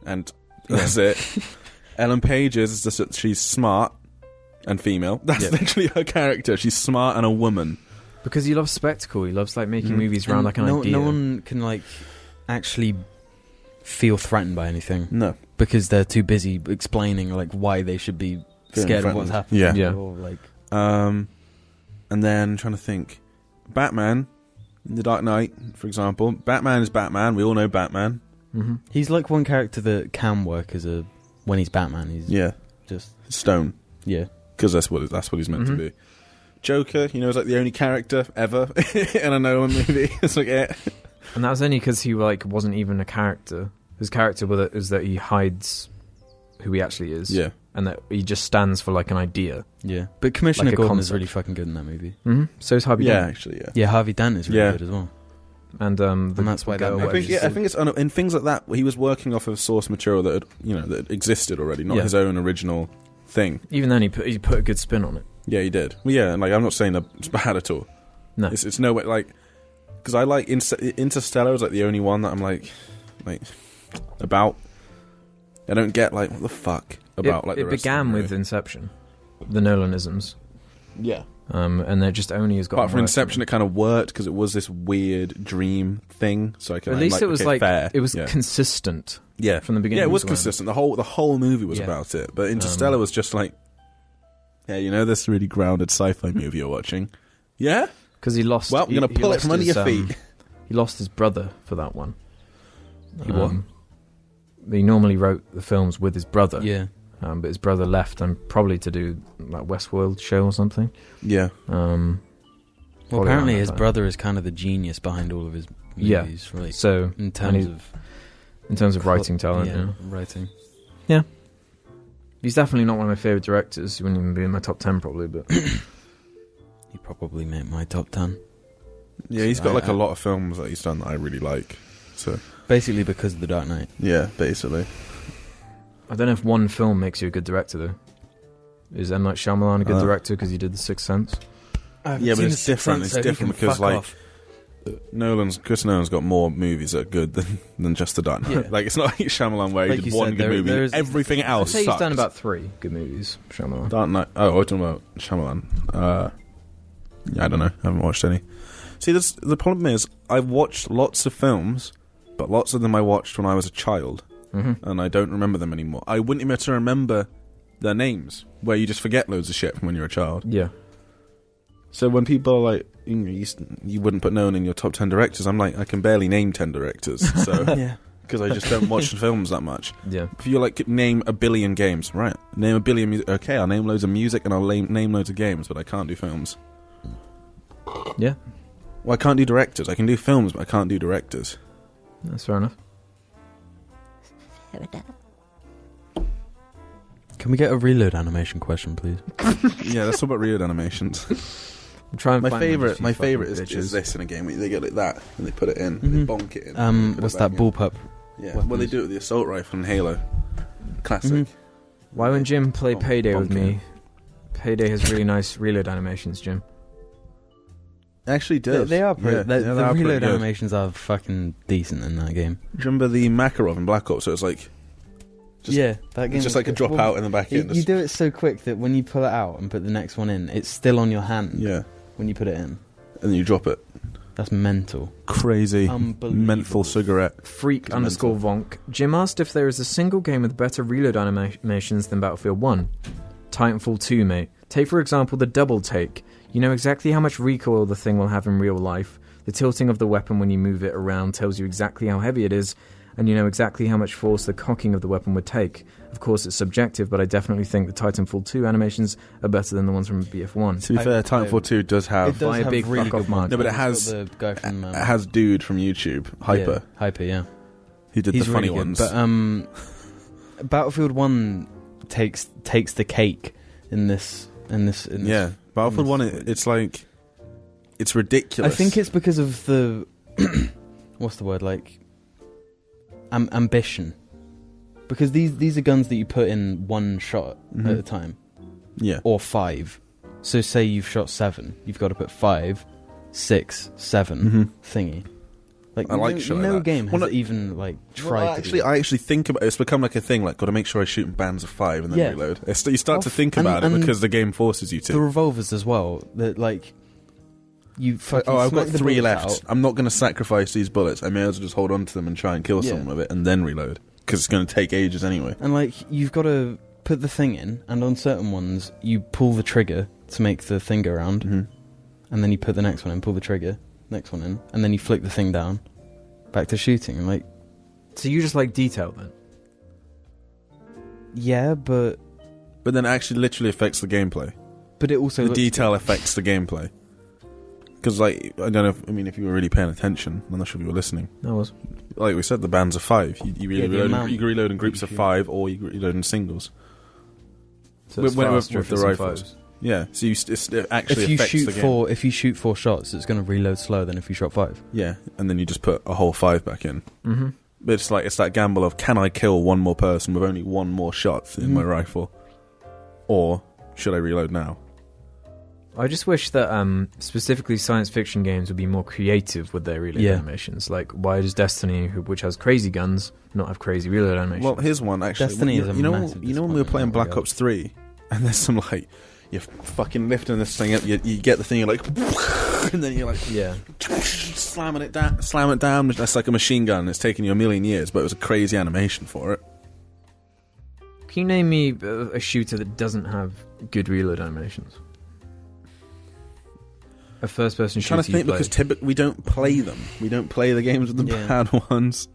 [SPEAKER 1] and that's it. Ellen Page is just that she's smart and female. That's
[SPEAKER 2] Yeah.
[SPEAKER 1] literally her character. She's smart and a woman.
[SPEAKER 2] Because he loves spectacle. He loves like making
[SPEAKER 1] Mm.
[SPEAKER 2] movies around
[SPEAKER 3] And
[SPEAKER 2] like an
[SPEAKER 3] no,
[SPEAKER 2] idea.
[SPEAKER 3] no one can like actually feel threatened by anything
[SPEAKER 1] No,
[SPEAKER 3] because they're too busy explaining like why they should be
[SPEAKER 1] Feeling
[SPEAKER 3] scared of
[SPEAKER 1] threatened.
[SPEAKER 3] what's happening.
[SPEAKER 1] Yeah.
[SPEAKER 2] Yeah.
[SPEAKER 3] Or like
[SPEAKER 1] Um, and then trying to think, Batman, in The Dark Knight, for example. Batman is Batman. We all know Batman.
[SPEAKER 2] hmm
[SPEAKER 3] he's like one character that can work as a when he's Batman. He's
[SPEAKER 1] Yeah,
[SPEAKER 3] just
[SPEAKER 1] Stone.
[SPEAKER 3] yeah.
[SPEAKER 1] because that's what that's what he's meant to
[SPEAKER 2] Mhm.
[SPEAKER 1] be. Joker, you know, is like the only character ever in a Nolan movie. it's like, eh.
[SPEAKER 2] And that was only because he like wasn't even a character. His character was is that he hides who he actually is,
[SPEAKER 1] yeah,
[SPEAKER 2] and that he just stands for like an idea.
[SPEAKER 3] Yeah, but Commissioner
[SPEAKER 2] Like a
[SPEAKER 3] Gordon is
[SPEAKER 2] concept.
[SPEAKER 3] really fucking good in that movie.
[SPEAKER 2] Mm-hmm. So is Harvey
[SPEAKER 1] yeah,
[SPEAKER 2] Dent.
[SPEAKER 1] actually, yeah.
[SPEAKER 3] Yeah, Harvey Dent is really
[SPEAKER 1] Yeah.
[SPEAKER 3] good as well.
[SPEAKER 2] and um, the,
[SPEAKER 3] And that's why
[SPEAKER 2] the
[SPEAKER 3] that
[SPEAKER 2] girl,
[SPEAKER 3] movie-
[SPEAKER 1] I think,
[SPEAKER 2] whatever
[SPEAKER 1] yeah, I
[SPEAKER 2] she's-
[SPEAKER 1] think it's on, in things like that. He was working off of source material that had, you know that existed already, not
[SPEAKER 2] Yeah.
[SPEAKER 1] his own original thing.
[SPEAKER 2] even then he put he put a good spin on it.
[SPEAKER 1] Yeah, he did. Well, yeah, and like I'm not saying that it's bad at all.
[SPEAKER 2] No.
[SPEAKER 1] it's, it's no way like because I like Inter- Interstellar is like the only one that I'm like like about. I don't get like what the fuck about
[SPEAKER 2] it
[SPEAKER 1] like
[SPEAKER 2] it
[SPEAKER 1] the rest of the
[SPEAKER 2] began
[SPEAKER 1] movie.
[SPEAKER 2] with Inception, the Nolanisms,
[SPEAKER 1] yeah.
[SPEAKER 2] um, and it just only has got.
[SPEAKER 1] Apart from Inception, it kind of worked because it was this weird dream thing. So I can,
[SPEAKER 2] at least
[SPEAKER 1] like,
[SPEAKER 2] it was
[SPEAKER 1] okay,
[SPEAKER 2] like
[SPEAKER 1] fair.
[SPEAKER 2] it was
[SPEAKER 1] yeah.
[SPEAKER 2] consistent
[SPEAKER 1] yeah,
[SPEAKER 2] from the beginning.
[SPEAKER 1] yeah, it was
[SPEAKER 2] to end.
[SPEAKER 1] consistent. The whole the whole movie was
[SPEAKER 2] Yeah.
[SPEAKER 1] about it, but Interstellar
[SPEAKER 2] Um,
[SPEAKER 1] was just like, yeah, you know, this really grounded sci-fi movie you're watching. Yeah,
[SPEAKER 2] because he lost.
[SPEAKER 1] well, I'm
[SPEAKER 2] he-
[SPEAKER 1] gonna
[SPEAKER 2] he
[SPEAKER 1] pull it
[SPEAKER 2] lost
[SPEAKER 1] from under
[SPEAKER 2] his,
[SPEAKER 1] your
[SPEAKER 2] um,
[SPEAKER 1] feet.
[SPEAKER 2] he lost his brother for that one. Um,
[SPEAKER 3] He what?
[SPEAKER 2] He normally wrote the films with his brother.
[SPEAKER 3] Yeah,
[SPEAKER 2] um, but his brother left, and probably to do like Westworld show or something.
[SPEAKER 1] yeah,
[SPEAKER 2] Um,
[SPEAKER 3] well,
[SPEAKER 2] Probably
[SPEAKER 3] apparently
[SPEAKER 2] around
[SPEAKER 3] his
[SPEAKER 2] that time.
[SPEAKER 3] brother is kind of the genius behind all of his
[SPEAKER 2] Yeah.
[SPEAKER 3] movies, really.
[SPEAKER 2] so
[SPEAKER 3] In terms
[SPEAKER 2] he-
[SPEAKER 3] of
[SPEAKER 2] in terms of
[SPEAKER 3] Cl-
[SPEAKER 2] writing talent, yeah.
[SPEAKER 3] writing.
[SPEAKER 2] he's definitely not one of my favorite directors. He wouldn't even be in my top ten probably, but
[SPEAKER 3] He probably made my top ten.
[SPEAKER 1] yeah. He's got
[SPEAKER 3] I-
[SPEAKER 1] like
[SPEAKER 3] I-
[SPEAKER 1] a lot of films that he's done that I really like. So
[SPEAKER 3] Basically, because of the Dark Knight.
[SPEAKER 1] Yeah, basically.
[SPEAKER 2] I don't know if one film makes you a good director, though. Is M. Night Shyamalan a good
[SPEAKER 1] Uh,
[SPEAKER 2] director because he did The Sixth Sense?
[SPEAKER 1] Yeah, but it's different. It's different because like Nolan's Chris Nolan's got more movies that are good than, than just the Dark Knight.
[SPEAKER 3] Yeah.
[SPEAKER 1] Like it's not like Shyamalan where
[SPEAKER 3] Like
[SPEAKER 1] he did
[SPEAKER 3] you
[SPEAKER 1] one
[SPEAKER 3] said,
[SPEAKER 1] good
[SPEAKER 3] there-
[SPEAKER 1] movie.
[SPEAKER 3] there
[SPEAKER 1] and
[SPEAKER 3] is-
[SPEAKER 1] everything
[SPEAKER 2] I'd
[SPEAKER 1] else.
[SPEAKER 2] say he's
[SPEAKER 1] sucked.
[SPEAKER 2] done about three good movies, Shyamalan.
[SPEAKER 1] Dark Knight. Oh, we're talking about Shyamalan. Uh, yeah, I don't know. I haven't watched any. See, this, the problem is I've watched lots of films, but lots of them I watched when I was a child,
[SPEAKER 2] hmm
[SPEAKER 1] and I don't remember them anymore. I wouldn't even be able to remember their names. Where you just forget loads of shit from when you're a child.
[SPEAKER 2] Yeah.
[SPEAKER 1] So when people are like, you, know, you, s- you wouldn't put Nolan in your top 10 directors, I'm like, I can barely name 10 directors. So,
[SPEAKER 3] yeah.
[SPEAKER 1] because I just don't watch films that much.
[SPEAKER 2] Yeah.
[SPEAKER 1] If you like, name a billion games, right? Name a billion music. Okay, I'll name loads of music and I'll name, name loads of games, but I can't do films.
[SPEAKER 2] Yeah.
[SPEAKER 1] Well, I can't do directors. I can do films, but I can't do directors.
[SPEAKER 2] That's fair enough.
[SPEAKER 3] Can we get a reload animation question, please?
[SPEAKER 1] yeah, that's all about real animations.
[SPEAKER 2] I'm trying
[SPEAKER 1] my favorite, my favorite is, is this in a game. They get like that and they put it in,
[SPEAKER 3] Mhm.
[SPEAKER 1] they bonk it in. they
[SPEAKER 3] Um,
[SPEAKER 1] put it
[SPEAKER 3] what's
[SPEAKER 1] back
[SPEAKER 3] that
[SPEAKER 1] in.
[SPEAKER 3] bullpup?
[SPEAKER 1] Yeah, well,
[SPEAKER 3] weapons?
[SPEAKER 1] they do it with the assault rifle in Halo. Classic.
[SPEAKER 3] Mhm.
[SPEAKER 2] Why won't Jim play
[SPEAKER 1] Oh,
[SPEAKER 2] Payday with
[SPEAKER 1] bonking.
[SPEAKER 2] me? Payday has really nice reload animations, Jim.
[SPEAKER 1] Actually,
[SPEAKER 3] They,
[SPEAKER 1] does
[SPEAKER 3] they are pretty.
[SPEAKER 1] Yeah,
[SPEAKER 3] the-
[SPEAKER 1] yeah,
[SPEAKER 3] the
[SPEAKER 1] they are pretty
[SPEAKER 3] reload
[SPEAKER 1] good.
[SPEAKER 3] animations are fucking decent in that game.
[SPEAKER 1] Do you remember the Makarov in Black Ops? So it's like Just-
[SPEAKER 3] yeah, that
[SPEAKER 1] it's just like a dropout in the back
[SPEAKER 3] You,
[SPEAKER 1] end.
[SPEAKER 3] you do it so quick that when you pull it out and put the next one in, it's still on your hand
[SPEAKER 1] yeah,
[SPEAKER 3] when you put it in.
[SPEAKER 1] and then you drop it.
[SPEAKER 3] That's mental.
[SPEAKER 1] Crazy
[SPEAKER 3] Unbelievable.
[SPEAKER 1] menthol cigarette.
[SPEAKER 2] Freak
[SPEAKER 1] It's
[SPEAKER 2] underscore vonk. Jim asked if there is a single game with better reload anima- animations than Battlefield 1. Titanfall 2, mate. Take, for example, the double take. You know exactly how much recoil the thing will have in real life. The tilting of the weapon when you move it around tells you exactly how heavy it is, and you know exactly how much force the cocking of the weapon would take. Of course, it's subjective, but I definitely think the Titanfall 2 animations are better than the ones from BF1.
[SPEAKER 1] To be
[SPEAKER 3] I-
[SPEAKER 1] fair, Titanfall
[SPEAKER 3] I-
[SPEAKER 1] Two does
[SPEAKER 3] It
[SPEAKER 1] have
[SPEAKER 3] does
[SPEAKER 2] by a
[SPEAKER 3] have
[SPEAKER 2] big
[SPEAKER 3] really
[SPEAKER 2] fuck
[SPEAKER 3] good
[SPEAKER 2] off mark.
[SPEAKER 1] No, but it
[SPEAKER 3] ones. It's
[SPEAKER 1] has-
[SPEAKER 3] got the guy
[SPEAKER 1] it
[SPEAKER 3] from um,
[SPEAKER 1] has dude from YouTube Hyper.
[SPEAKER 3] yeah, hyper, yeah.
[SPEAKER 1] He did
[SPEAKER 3] He's
[SPEAKER 1] the funny
[SPEAKER 3] really good,
[SPEAKER 1] ones.
[SPEAKER 3] But um, Battlefield One takes takes the cake in this in this. In this.
[SPEAKER 1] yeah, Battlefield One. It, it's like it's ridiculous.
[SPEAKER 3] Mm. I think it's because of the what's the word like am- ambition. Because these these are guns that you put in one shot
[SPEAKER 1] Mhm.
[SPEAKER 3] at a time
[SPEAKER 1] yeah.
[SPEAKER 3] or five. So say you've shot seven, you've got to put five, six, seven
[SPEAKER 1] Mhm.
[SPEAKER 3] thingy. Like
[SPEAKER 1] I like
[SPEAKER 3] no,
[SPEAKER 1] shit like
[SPEAKER 3] no
[SPEAKER 1] that.
[SPEAKER 3] game has
[SPEAKER 1] Well, no-
[SPEAKER 3] even like tried.
[SPEAKER 1] Well,
[SPEAKER 3] to do
[SPEAKER 1] actually,
[SPEAKER 3] that.
[SPEAKER 1] I actually think about it's become like a thing. Like, got to make sure I shoot in bands of five and then
[SPEAKER 3] Yeah.
[SPEAKER 1] reload. It's, you start to
[SPEAKER 3] Off-
[SPEAKER 1] think
[SPEAKER 3] and-
[SPEAKER 1] about it
[SPEAKER 3] and
[SPEAKER 1] because the game forces you to.
[SPEAKER 3] the revolvers as well. That like you fucking.
[SPEAKER 1] oh, I've
[SPEAKER 3] smack
[SPEAKER 1] got
[SPEAKER 3] the
[SPEAKER 1] three
[SPEAKER 3] bullets
[SPEAKER 1] left.
[SPEAKER 3] out.
[SPEAKER 1] I'm not going to sacrifice these bullets. I may as well just hold on to them and try and kill
[SPEAKER 3] Yeah.
[SPEAKER 1] someone with it and then reload because it's going to take ages anyway.
[SPEAKER 3] and like you've got to put the thing in, and on certain ones you pull the trigger to make the thing go round,
[SPEAKER 1] Mm-hmm.
[SPEAKER 3] and then you put the next one in, pull the trigger, next one in, and then you flick the thing down, back to shooting. I'm like,
[SPEAKER 2] So you just like detail then?
[SPEAKER 3] yeah, but
[SPEAKER 1] But then it actually literally affects the gameplay.
[SPEAKER 3] but it also
[SPEAKER 1] the
[SPEAKER 3] looks-
[SPEAKER 1] detail affects the gameplay. Because, like, I don't know. If, I mean, if you were really paying attention, I'm not sure if you were listening.
[SPEAKER 2] That was.
[SPEAKER 1] Like we said, the bands of five. You, you,
[SPEAKER 3] Yeah, the
[SPEAKER 1] really reload, in,
[SPEAKER 3] amount
[SPEAKER 1] you reload in groups of
[SPEAKER 3] you shoot.
[SPEAKER 1] five, or you reload in singles.
[SPEAKER 2] So it's
[SPEAKER 1] When- when-
[SPEAKER 2] faster
[SPEAKER 1] with
[SPEAKER 2] if
[SPEAKER 1] the
[SPEAKER 2] it's in
[SPEAKER 1] rifles.
[SPEAKER 2] fives.
[SPEAKER 1] Yeah. So you st- it's- it actually
[SPEAKER 3] If you
[SPEAKER 1] affects the
[SPEAKER 3] shoot
[SPEAKER 1] game.
[SPEAKER 3] four, if you shoot four shots, it's going to reload slower than if you shot five.
[SPEAKER 1] Yeah, and then you just put a whole five back in.
[SPEAKER 2] Mm-hmm.
[SPEAKER 1] But it's like it's that gamble of can I kill one more person with only one more shot in my
[SPEAKER 3] Mhm.
[SPEAKER 1] rifle, or should I reload now?
[SPEAKER 2] I just wish that um, specifically science fiction games would be more creative with their reload
[SPEAKER 3] Yeah.
[SPEAKER 2] animations. Like, why does Destiny, who- which has crazy guns, not have crazy reload animations?
[SPEAKER 1] Well, here's one actually.
[SPEAKER 3] Destiny
[SPEAKER 1] you,
[SPEAKER 3] is a
[SPEAKER 1] you know,
[SPEAKER 3] massive
[SPEAKER 1] you know when we were
[SPEAKER 3] disappointment
[SPEAKER 1] playing
[SPEAKER 3] in that
[SPEAKER 1] Black
[SPEAKER 3] regard.
[SPEAKER 1] Ops Three, and there's some like you're fucking lifting this thing up. You, you get the thing, you're like, and then you're like
[SPEAKER 2] yeah,
[SPEAKER 1] slamming it down, slam it down. That's like a machine gun. It's taken you a million years, but it was a crazy animation for it.
[SPEAKER 2] can you name me uh, a shooter that doesn't have good reload animations? A first-person
[SPEAKER 1] I'm
[SPEAKER 2] shooter.
[SPEAKER 1] trying to think
[SPEAKER 2] you play.
[SPEAKER 1] because typically we don't play them. We don't play the games with the
[SPEAKER 3] Yeah.
[SPEAKER 1] bad ones.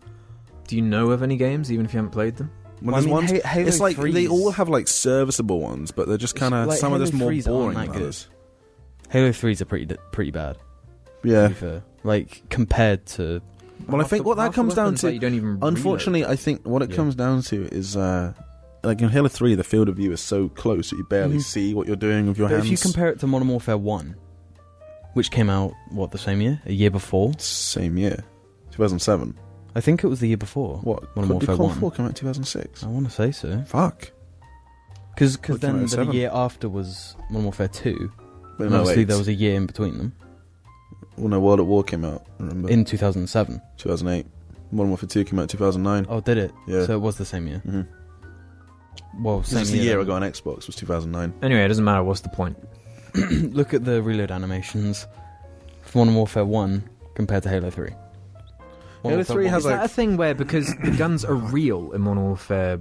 [SPEAKER 2] Do you know of any games, even if you haven't played them?
[SPEAKER 1] Well,
[SPEAKER 3] I
[SPEAKER 1] there's
[SPEAKER 3] mean,
[SPEAKER 1] ones-
[SPEAKER 3] Ha- Halo
[SPEAKER 1] it's like
[SPEAKER 3] 3's
[SPEAKER 1] they all have like serviceable ones, but they're just
[SPEAKER 3] It's
[SPEAKER 1] kind of
[SPEAKER 3] like
[SPEAKER 1] some of
[SPEAKER 3] Halo
[SPEAKER 1] this more
[SPEAKER 3] 3s
[SPEAKER 1] boring
[SPEAKER 3] aren't
[SPEAKER 1] than
[SPEAKER 3] that good.
[SPEAKER 1] others.
[SPEAKER 3] Halo threes are pretty d- pretty bad. To
[SPEAKER 1] Yeah.
[SPEAKER 3] be fair. like compared to
[SPEAKER 1] Well, I
[SPEAKER 2] Half
[SPEAKER 1] think
[SPEAKER 2] the-
[SPEAKER 1] what that
[SPEAKER 2] half the
[SPEAKER 1] comes down
[SPEAKER 2] weapons, like,
[SPEAKER 1] to,
[SPEAKER 2] you don't even. reload.
[SPEAKER 1] unfortunately, I think what it
[SPEAKER 2] Yeah.
[SPEAKER 1] comes down to is uh, like in Halo Three, the field of view is so close that you barely
[SPEAKER 3] Mhm.
[SPEAKER 1] see what you're doing with your
[SPEAKER 3] But
[SPEAKER 1] hands.
[SPEAKER 3] if you compare it to Modern Warfare 1, which came out, what, the same year? A year before?
[SPEAKER 1] same year, 2007.
[SPEAKER 3] I think it was the year before.
[SPEAKER 1] What?
[SPEAKER 3] Modern
[SPEAKER 1] Did
[SPEAKER 3] Warfare
[SPEAKER 1] Call
[SPEAKER 3] 1?
[SPEAKER 1] 4 come out in 2006?
[SPEAKER 3] I want to say so.
[SPEAKER 1] Fuck. Well,
[SPEAKER 3] Because
[SPEAKER 1] it came out
[SPEAKER 3] then
[SPEAKER 1] in
[SPEAKER 3] the
[SPEAKER 1] oh seven.
[SPEAKER 3] year after was Modern Warfare 2.
[SPEAKER 1] But
[SPEAKER 3] and obviously,
[SPEAKER 1] 08.
[SPEAKER 3] there was a year in between them.
[SPEAKER 1] Well, no, World at War came out, I remember.
[SPEAKER 3] In 2007.
[SPEAKER 1] 2008. Modern Warfare 2 came out 2009.
[SPEAKER 3] Oh, did it?
[SPEAKER 1] Yeah.
[SPEAKER 3] So it was the same year.
[SPEAKER 1] Mhm.
[SPEAKER 3] Well,
[SPEAKER 1] This
[SPEAKER 3] same
[SPEAKER 1] is the year I
[SPEAKER 3] then.
[SPEAKER 1] got an Xbox, was 2009.
[SPEAKER 2] Anyway, it doesn't matter. What's the point?
[SPEAKER 3] Look at the reload animations for Modern Warfare 1 compared to Halo 3. Modern
[SPEAKER 1] Halo
[SPEAKER 3] Warfare
[SPEAKER 1] 3
[SPEAKER 3] 1
[SPEAKER 1] has
[SPEAKER 2] Is that a thing where because the guns are real in Modern Warfare,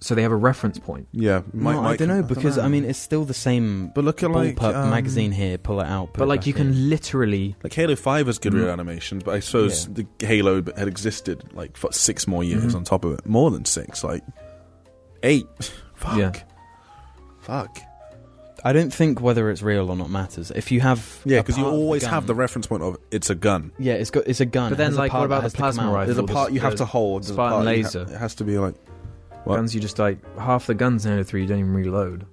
[SPEAKER 2] so they have a reference point?
[SPEAKER 1] Yeah. Mike,
[SPEAKER 3] no, I
[SPEAKER 1] Mike-
[SPEAKER 3] don't know because I,
[SPEAKER 1] know.
[SPEAKER 3] mean it's still the same
[SPEAKER 1] But look at like.
[SPEAKER 3] ballpark
[SPEAKER 1] um,
[SPEAKER 3] magazine here. Pull it out. put
[SPEAKER 2] But
[SPEAKER 3] it
[SPEAKER 2] like
[SPEAKER 3] back
[SPEAKER 2] you
[SPEAKER 3] in.
[SPEAKER 2] can literally
[SPEAKER 1] Like Halo Five has good
[SPEAKER 2] Mhm.
[SPEAKER 1] real animation, but I suppose the Halo b- had existed like for six more years
[SPEAKER 2] Mhm.
[SPEAKER 1] on top of it, more than six, like eight. Fuck,
[SPEAKER 2] Yeah.
[SPEAKER 1] fuck.
[SPEAKER 3] I don't think whether it's real or not matters. If you have
[SPEAKER 1] Yeah,
[SPEAKER 3] a
[SPEAKER 1] because you
[SPEAKER 3] part of
[SPEAKER 1] always
[SPEAKER 3] gun-
[SPEAKER 1] have the reference point of it's a gun.
[SPEAKER 3] yeah, it's got it's a gun.
[SPEAKER 2] But
[SPEAKER 3] it
[SPEAKER 2] then,
[SPEAKER 3] has a
[SPEAKER 2] like,
[SPEAKER 3] part
[SPEAKER 2] what about
[SPEAKER 3] that has
[SPEAKER 2] the
[SPEAKER 3] to come
[SPEAKER 2] plasma
[SPEAKER 3] out.
[SPEAKER 2] rifle? I
[SPEAKER 1] There's a
[SPEAKER 2] thought
[SPEAKER 1] part
[SPEAKER 2] this-
[SPEAKER 1] you have
[SPEAKER 2] the
[SPEAKER 1] to hold. There's a
[SPEAKER 2] Spartan
[SPEAKER 1] part you
[SPEAKER 2] laser.
[SPEAKER 1] ha- it has to be like, What?
[SPEAKER 2] guns. You just like half the guns in Halo Three. You don't even reload.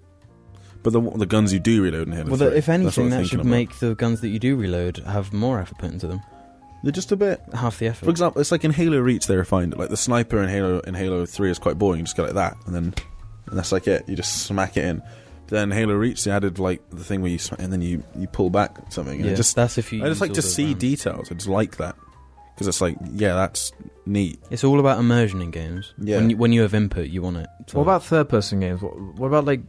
[SPEAKER 1] but the, the guns you do reload in Halo.
[SPEAKER 3] Well, the,
[SPEAKER 1] 3,
[SPEAKER 3] if
[SPEAKER 1] that's what
[SPEAKER 3] anything,
[SPEAKER 1] I'm
[SPEAKER 3] that
[SPEAKER 1] thinking
[SPEAKER 3] should
[SPEAKER 1] about.
[SPEAKER 3] make the guns that you do reload have more effort put into them.
[SPEAKER 1] they're just a bit.
[SPEAKER 3] Half the effort.
[SPEAKER 1] For example, it's like in Halo Reach, they refined it. Like the sniper in Halo in Halo Three is quite boring. You just go like that, and then and that's like it. You just smack it in. Then Halo Reach, they added like the thing where you sma- and then you you pull back something. And
[SPEAKER 3] yeah,
[SPEAKER 1] it just
[SPEAKER 3] that's if you.
[SPEAKER 1] I just
[SPEAKER 3] use
[SPEAKER 1] like
[SPEAKER 3] all
[SPEAKER 1] to
[SPEAKER 3] the
[SPEAKER 1] see
[SPEAKER 3] rounds.
[SPEAKER 1] details. I just like that because it's like, yeah, that's neat.
[SPEAKER 3] It's all about immersion in games.
[SPEAKER 1] Yeah.
[SPEAKER 3] When you, when you have input, you want it. to-
[SPEAKER 2] What about third-person games? What, what about like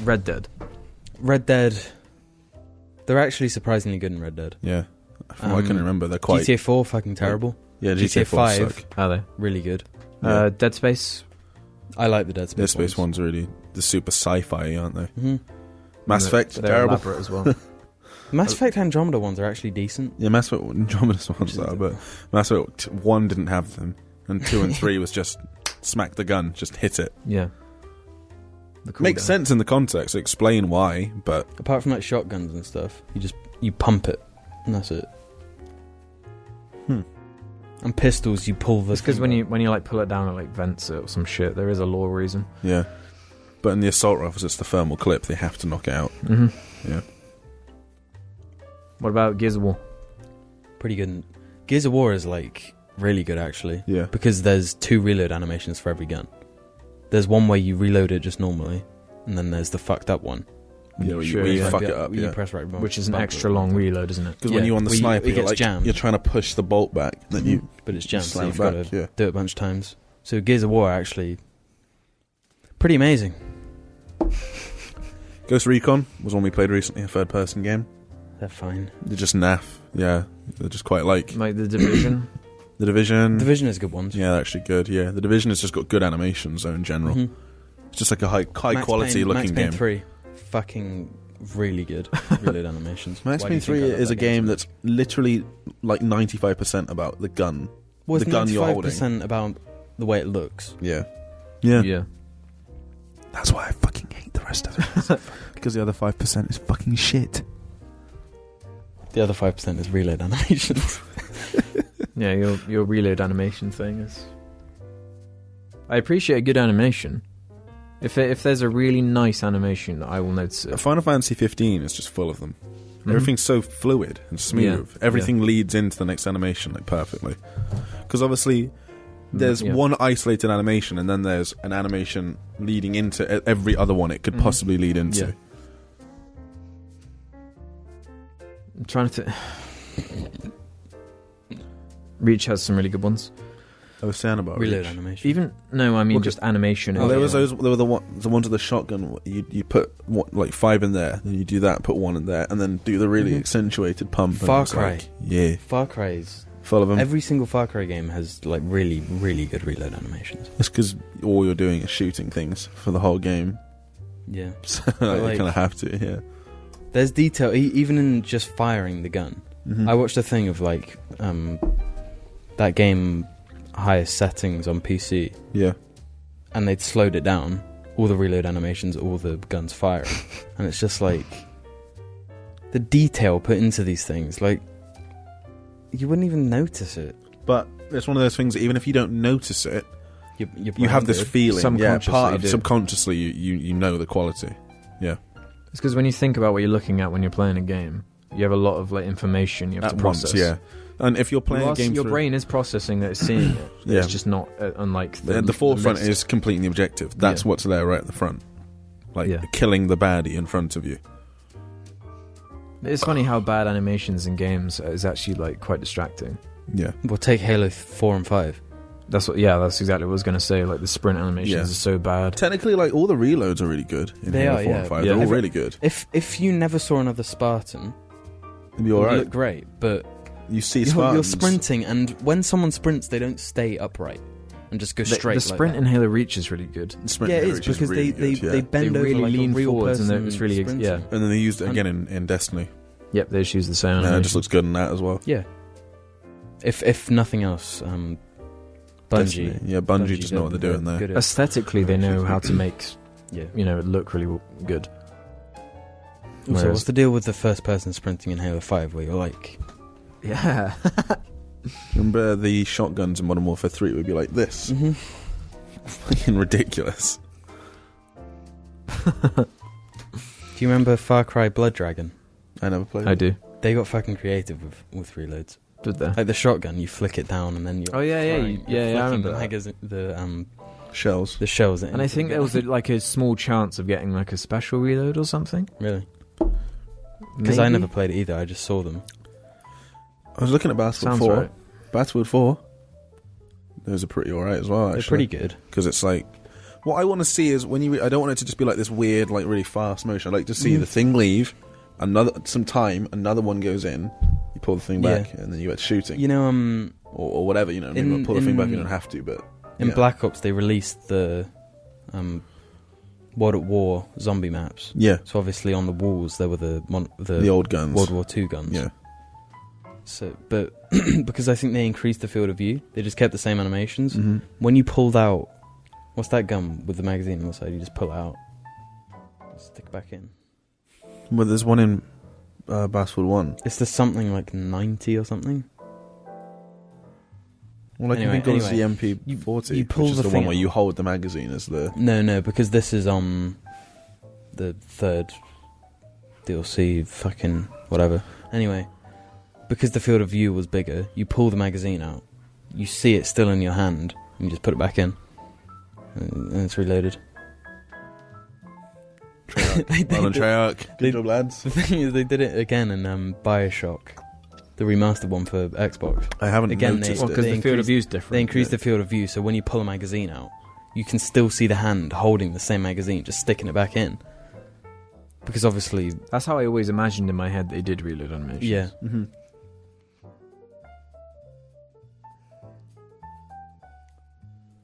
[SPEAKER 2] Red Dead?
[SPEAKER 3] Red Dead? They're actually surprisingly good in Red Dead.
[SPEAKER 1] Yeah, from what I can
[SPEAKER 3] Um,
[SPEAKER 1] remember, they're quite.
[SPEAKER 3] GTA 4 fucking terrible.
[SPEAKER 1] yeah,
[SPEAKER 3] GTA
[SPEAKER 1] GTA, Five.
[SPEAKER 3] 5.
[SPEAKER 1] Suck.
[SPEAKER 2] Are they?
[SPEAKER 3] Really good.
[SPEAKER 1] Yeah.
[SPEAKER 2] Uh, Dead Space.
[SPEAKER 3] I like the Dead Space.
[SPEAKER 1] Dead Space One's really the super sci-fi, aren't they?
[SPEAKER 3] hmm
[SPEAKER 1] Mass
[SPEAKER 2] They're-
[SPEAKER 1] Effect,
[SPEAKER 2] they're
[SPEAKER 1] terrible.
[SPEAKER 2] elaborate as well.
[SPEAKER 1] Uh,
[SPEAKER 3] Mass Effect Andromeda ones are actually decent.
[SPEAKER 1] Yeah, Mass Effect Andromeda's ones are, but Mass Effect One didn't have them, and two and three was just smack the gun, just hit it.
[SPEAKER 2] yeah. The cool
[SPEAKER 1] Makes
[SPEAKER 2] guy.
[SPEAKER 1] sense in the context. Explain why, but
[SPEAKER 3] Apart from like shotguns and stuff, you just you pump it, and that's it.
[SPEAKER 1] Hmm.
[SPEAKER 3] And pistols, you pull the.
[SPEAKER 2] It's because
[SPEAKER 3] thing
[SPEAKER 2] when
[SPEAKER 3] out.
[SPEAKER 2] you when you like pull it down, it like vents it or some shit. There is a law reason.
[SPEAKER 1] yeah. But in the assault rifles, it's the thermal clip. They have to knock it out.
[SPEAKER 2] Mm-hmm.
[SPEAKER 1] Yeah.
[SPEAKER 2] What about Gears of War?
[SPEAKER 3] pretty good. in- Gears of War is like really good actually
[SPEAKER 1] Yeah.
[SPEAKER 3] because there's two reload animations for every gun. There's one where you reload it just normally, and then there's the fucked up one.
[SPEAKER 1] Yeah, where you,
[SPEAKER 2] Sure,
[SPEAKER 1] where you
[SPEAKER 2] yeah.
[SPEAKER 1] fuck it up.
[SPEAKER 3] You
[SPEAKER 1] Yeah.
[SPEAKER 3] press right button.
[SPEAKER 2] Which is an
[SPEAKER 3] button.
[SPEAKER 2] extra long reload, isn't it?
[SPEAKER 1] Because
[SPEAKER 3] Yeah,
[SPEAKER 1] when you're on the
[SPEAKER 3] well, you-
[SPEAKER 1] sniper,
[SPEAKER 3] it
[SPEAKER 1] you're,
[SPEAKER 3] gets
[SPEAKER 1] like,
[SPEAKER 3] jammed.
[SPEAKER 1] you're trying to push the bolt back, then you
[SPEAKER 3] but it's jammed, so
[SPEAKER 1] slam
[SPEAKER 3] you've got
[SPEAKER 1] back.
[SPEAKER 3] to
[SPEAKER 1] Yeah,
[SPEAKER 3] do it a bunch of times. So Gears of War actually pretty amazing.
[SPEAKER 1] Ghost Recon was one we played recently, a third-person game.
[SPEAKER 3] They're fine.
[SPEAKER 1] They're just naff. Yeah, they're just quite like
[SPEAKER 2] Like the Division.
[SPEAKER 1] the Division.
[SPEAKER 3] Division is a good one.
[SPEAKER 1] Hmm. yeah, they're actually good. Yeah, the Division has just got good animations though in general.
[SPEAKER 3] Mhm.
[SPEAKER 1] It's just like a high, high
[SPEAKER 3] Max
[SPEAKER 1] quality
[SPEAKER 3] Payne-
[SPEAKER 1] looking
[SPEAKER 3] Max Payne
[SPEAKER 1] game.
[SPEAKER 3] Three, fucking really good reload animations.
[SPEAKER 1] Max
[SPEAKER 3] Why do
[SPEAKER 1] Payne
[SPEAKER 3] you think I
[SPEAKER 1] Three
[SPEAKER 3] love
[SPEAKER 1] is
[SPEAKER 3] that
[SPEAKER 1] a game that's literally like ninety-five percent about the gun.
[SPEAKER 3] well, it's
[SPEAKER 1] the gun you're holding.
[SPEAKER 3] percent about the way it looks.
[SPEAKER 1] Yeah, yeah.
[SPEAKER 2] yeah.
[SPEAKER 1] That's why I fucking hate the rest of it because the other five percent is fucking shit.
[SPEAKER 3] The other five percent is reload animations.
[SPEAKER 2] Yeah, your your reload animation thing is. I appreciate a good animation. If it, if there's a really nice animation, I will notice it.
[SPEAKER 1] Uh, Final Fantasy 15 is just full of them.
[SPEAKER 2] Mhm.
[SPEAKER 1] Everything's so fluid and smooth. Everything leads into the next animation like perfectly. Because obviously, there's
[SPEAKER 2] Mm-hmm. yeah.
[SPEAKER 1] one isolated animation, and then there's an animation leading into e- every other one it could
[SPEAKER 2] Mhm.
[SPEAKER 1] possibly lead into.
[SPEAKER 2] Yeah. I'm trying to. Reach has some really good ones.
[SPEAKER 1] I was saying about
[SPEAKER 3] reload
[SPEAKER 1] Reach.
[SPEAKER 3] animation.
[SPEAKER 2] Even no, I mean
[SPEAKER 1] Well,
[SPEAKER 2] just animation.
[SPEAKER 1] Well,
[SPEAKER 2] in
[SPEAKER 1] there was
[SPEAKER 2] general.
[SPEAKER 1] those. There were the one, the ones with the shotgun. You you put one, like five in there, then you do that, put one in there, and then do the really
[SPEAKER 3] Mhm.
[SPEAKER 1] accentuated pump. and
[SPEAKER 3] Far
[SPEAKER 1] it's like, yeah,
[SPEAKER 3] Far Cry's
[SPEAKER 1] full of them.
[SPEAKER 3] every single Far Cry game has like really, really good reload animations.
[SPEAKER 1] it's because all you're doing is shooting things for the whole game.
[SPEAKER 3] Yeah,
[SPEAKER 1] So you
[SPEAKER 3] like-
[SPEAKER 1] kind of have to, yeah.
[SPEAKER 3] there's detail e- even in just firing the gun.
[SPEAKER 1] Mhm.
[SPEAKER 3] I watched a thing of like um, that game highest settings on PC,
[SPEAKER 1] yeah.
[SPEAKER 3] and they'd slowed it down. All the reload animations, all the guns firing, and it's just like the detail put into these things. Like you wouldn't even notice it.
[SPEAKER 1] But it's one of those things that even if you don't notice it,
[SPEAKER 3] You're, you're
[SPEAKER 1] you have this
[SPEAKER 3] blinded.
[SPEAKER 1] feeling. yeah,
[SPEAKER 2] Subconsciously
[SPEAKER 1] part
[SPEAKER 2] you
[SPEAKER 1] of,
[SPEAKER 2] do.
[SPEAKER 1] subconsciously you, you, you know the quality.
[SPEAKER 2] It's because when you think about what you're looking at when you're playing a game, you have a lot of like information you have
[SPEAKER 1] At
[SPEAKER 2] to
[SPEAKER 1] once,
[SPEAKER 2] process.
[SPEAKER 1] yeah. And if you're playing
[SPEAKER 2] You
[SPEAKER 1] a
[SPEAKER 2] are-
[SPEAKER 1] game
[SPEAKER 2] your
[SPEAKER 1] through,
[SPEAKER 2] brain is processing it, it's seeing it.
[SPEAKER 1] Yeah.
[SPEAKER 2] It's just not uh, unlike the,
[SPEAKER 1] the, the forefront
[SPEAKER 2] list.
[SPEAKER 1] is completely objective. That's
[SPEAKER 2] Yeah.
[SPEAKER 1] what's there right at the front. Like
[SPEAKER 2] Yeah.
[SPEAKER 1] killing the baddie in front of you.
[SPEAKER 2] It's funny how bad animations in games is actually like quite distracting.
[SPEAKER 1] Yeah.
[SPEAKER 3] Well, take Halo th- 4 and 5.
[SPEAKER 2] That's what. Yeah, that's exactly what I was gonna say. Like the sprint animations
[SPEAKER 1] Yeah.
[SPEAKER 2] are so bad.
[SPEAKER 1] Technically, like all the reloads are really good. In
[SPEAKER 3] They
[SPEAKER 1] Halo
[SPEAKER 3] are,
[SPEAKER 1] four
[SPEAKER 3] yeah.
[SPEAKER 1] and five.
[SPEAKER 2] Yeah.
[SPEAKER 1] They're all
[SPEAKER 3] Every-
[SPEAKER 1] really good.
[SPEAKER 3] If if you never saw another Spartan,
[SPEAKER 1] It'd be all
[SPEAKER 3] it would
[SPEAKER 1] right.
[SPEAKER 3] look great, but
[SPEAKER 1] you see
[SPEAKER 3] you're, you're
[SPEAKER 1] Spartans.
[SPEAKER 3] sprinting, and when someone sprints, they don't stay upright and just go
[SPEAKER 2] The,
[SPEAKER 3] straight.
[SPEAKER 2] the sprint
[SPEAKER 3] like
[SPEAKER 2] in Halo Reach is really good.
[SPEAKER 3] that.
[SPEAKER 1] sprint
[SPEAKER 3] yeah, it
[SPEAKER 1] damage
[SPEAKER 3] is because
[SPEAKER 1] really
[SPEAKER 3] they, they,
[SPEAKER 1] good, yeah.
[SPEAKER 3] they bend
[SPEAKER 2] They
[SPEAKER 3] over
[SPEAKER 2] really
[SPEAKER 3] like
[SPEAKER 2] lean
[SPEAKER 3] a real
[SPEAKER 2] forwards and
[SPEAKER 3] person.
[SPEAKER 2] they're- it's really ex-
[SPEAKER 3] sprinting.
[SPEAKER 2] yeah.
[SPEAKER 1] and then they used it again in, in Destiny.
[SPEAKER 2] Yep, they just use the
[SPEAKER 3] Uh-huh.
[SPEAKER 2] same.
[SPEAKER 1] And it
[SPEAKER 2] animation.
[SPEAKER 1] just looks good in that as well.
[SPEAKER 3] If if nothing else, um, Bungie.
[SPEAKER 1] Destiny. Yeah, Bungie, just know what they're doing there.
[SPEAKER 3] Good at-
[SPEAKER 2] Aesthetically, they know how to make
[SPEAKER 3] yeah.
[SPEAKER 2] you know it look really w- good.
[SPEAKER 3] Also,
[SPEAKER 2] Whereas-
[SPEAKER 3] what's the deal with the first person sprinting in Halo 5 where you're like,
[SPEAKER 2] Yeah.
[SPEAKER 1] Remember the shotguns in Modern Warfare 3 would be like this.
[SPEAKER 3] mm-hmm.
[SPEAKER 1] Fucking ridiculous.
[SPEAKER 3] do you remember Far Cry Blood Dragon?
[SPEAKER 1] I never played
[SPEAKER 2] I
[SPEAKER 1] it.
[SPEAKER 2] do.
[SPEAKER 3] They got fucking creative with, with reloads.
[SPEAKER 2] Did they?
[SPEAKER 3] Like the shotgun, you flick it down and then you're.
[SPEAKER 2] Oh yeah, yeah,
[SPEAKER 3] firing-
[SPEAKER 2] you,
[SPEAKER 3] you're
[SPEAKER 2] yeah, yeah. I
[SPEAKER 3] flicking
[SPEAKER 2] remember.
[SPEAKER 3] the,
[SPEAKER 2] that.
[SPEAKER 3] magazine- the, um,
[SPEAKER 1] Shells.
[SPEAKER 3] the shells.
[SPEAKER 2] And I think there was a, like a small chance of getting like a special reload or something.
[SPEAKER 3] Really? Because I
[SPEAKER 2] Maybe?
[SPEAKER 3] never played it either, I just saw them.
[SPEAKER 1] I was looking at Battlefield
[SPEAKER 2] sounds
[SPEAKER 1] 4.
[SPEAKER 2] right.
[SPEAKER 1] Battlefield 4. Those are pretty alright as well,
[SPEAKER 3] They're
[SPEAKER 1] actually.
[SPEAKER 3] pretty good.
[SPEAKER 1] Because it's like. What I want to see is when you. Re- I don't want it to just be like this weird, like really fast motion. I like to see
[SPEAKER 3] Mhm.
[SPEAKER 1] the thing leave, another some time, another one goes in, you pull the thing back, and then you get shooting.
[SPEAKER 3] You know, um,
[SPEAKER 1] Or, or whatever, you know. Maybe
[SPEAKER 3] In-
[SPEAKER 1] not pull the thing back,
[SPEAKER 3] in-
[SPEAKER 1] you don't have to, but.
[SPEAKER 3] in
[SPEAKER 1] Yeah.
[SPEAKER 3] Black Ops, they released the um, World at War zombie maps.
[SPEAKER 1] Yeah.
[SPEAKER 3] So obviously, on the walls, there were the, mon- the,
[SPEAKER 1] The old guns.
[SPEAKER 3] World War II guns.
[SPEAKER 1] Yeah.
[SPEAKER 3] So, but because I think they increased the field of view, they just kept the same animations.
[SPEAKER 1] Mm-hmm.
[SPEAKER 3] When you pulled out, what's that gun with the magazine on the side? You just pull it out, stick it back in.
[SPEAKER 1] Well, there's one in uh, Battlefield 1.
[SPEAKER 3] It's the something like ninety or something.
[SPEAKER 1] Well, I
[SPEAKER 3] Anyway,
[SPEAKER 1] can think
[SPEAKER 3] anyway.
[SPEAKER 1] of is the MP40,
[SPEAKER 3] You- you pull
[SPEAKER 1] which is
[SPEAKER 3] the
[SPEAKER 1] the, one
[SPEAKER 3] thing
[SPEAKER 1] where
[SPEAKER 3] out.
[SPEAKER 1] you hold the magazine as the.
[SPEAKER 3] No, no, because this is um the third DLC, fucking whatever. Anyway, because the field of view was bigger, you pull the magazine out, you see it still in your hand, and you just put it back in, and and it's reloaded. They- they
[SPEAKER 1] Well done,
[SPEAKER 3] did-
[SPEAKER 1] Treyarch.
[SPEAKER 3] they-
[SPEAKER 1] Good job, lads.
[SPEAKER 3] The thing is, they did it again in um, Bioshock, the remastered one for Xbox.
[SPEAKER 1] I haven't
[SPEAKER 3] Again, they-
[SPEAKER 1] noticed
[SPEAKER 2] Well,
[SPEAKER 1] it.
[SPEAKER 2] because the field of
[SPEAKER 3] increased-
[SPEAKER 2] view is different.
[SPEAKER 3] They increased
[SPEAKER 2] yeah.
[SPEAKER 3] the field of view, so when you pull a magazine out, you can still see the hand holding the same magazine, just sticking it back in. Because obviously,
[SPEAKER 2] That's how I always imagined in my head they did reload animations.
[SPEAKER 3] yeah.
[SPEAKER 1] Mhm.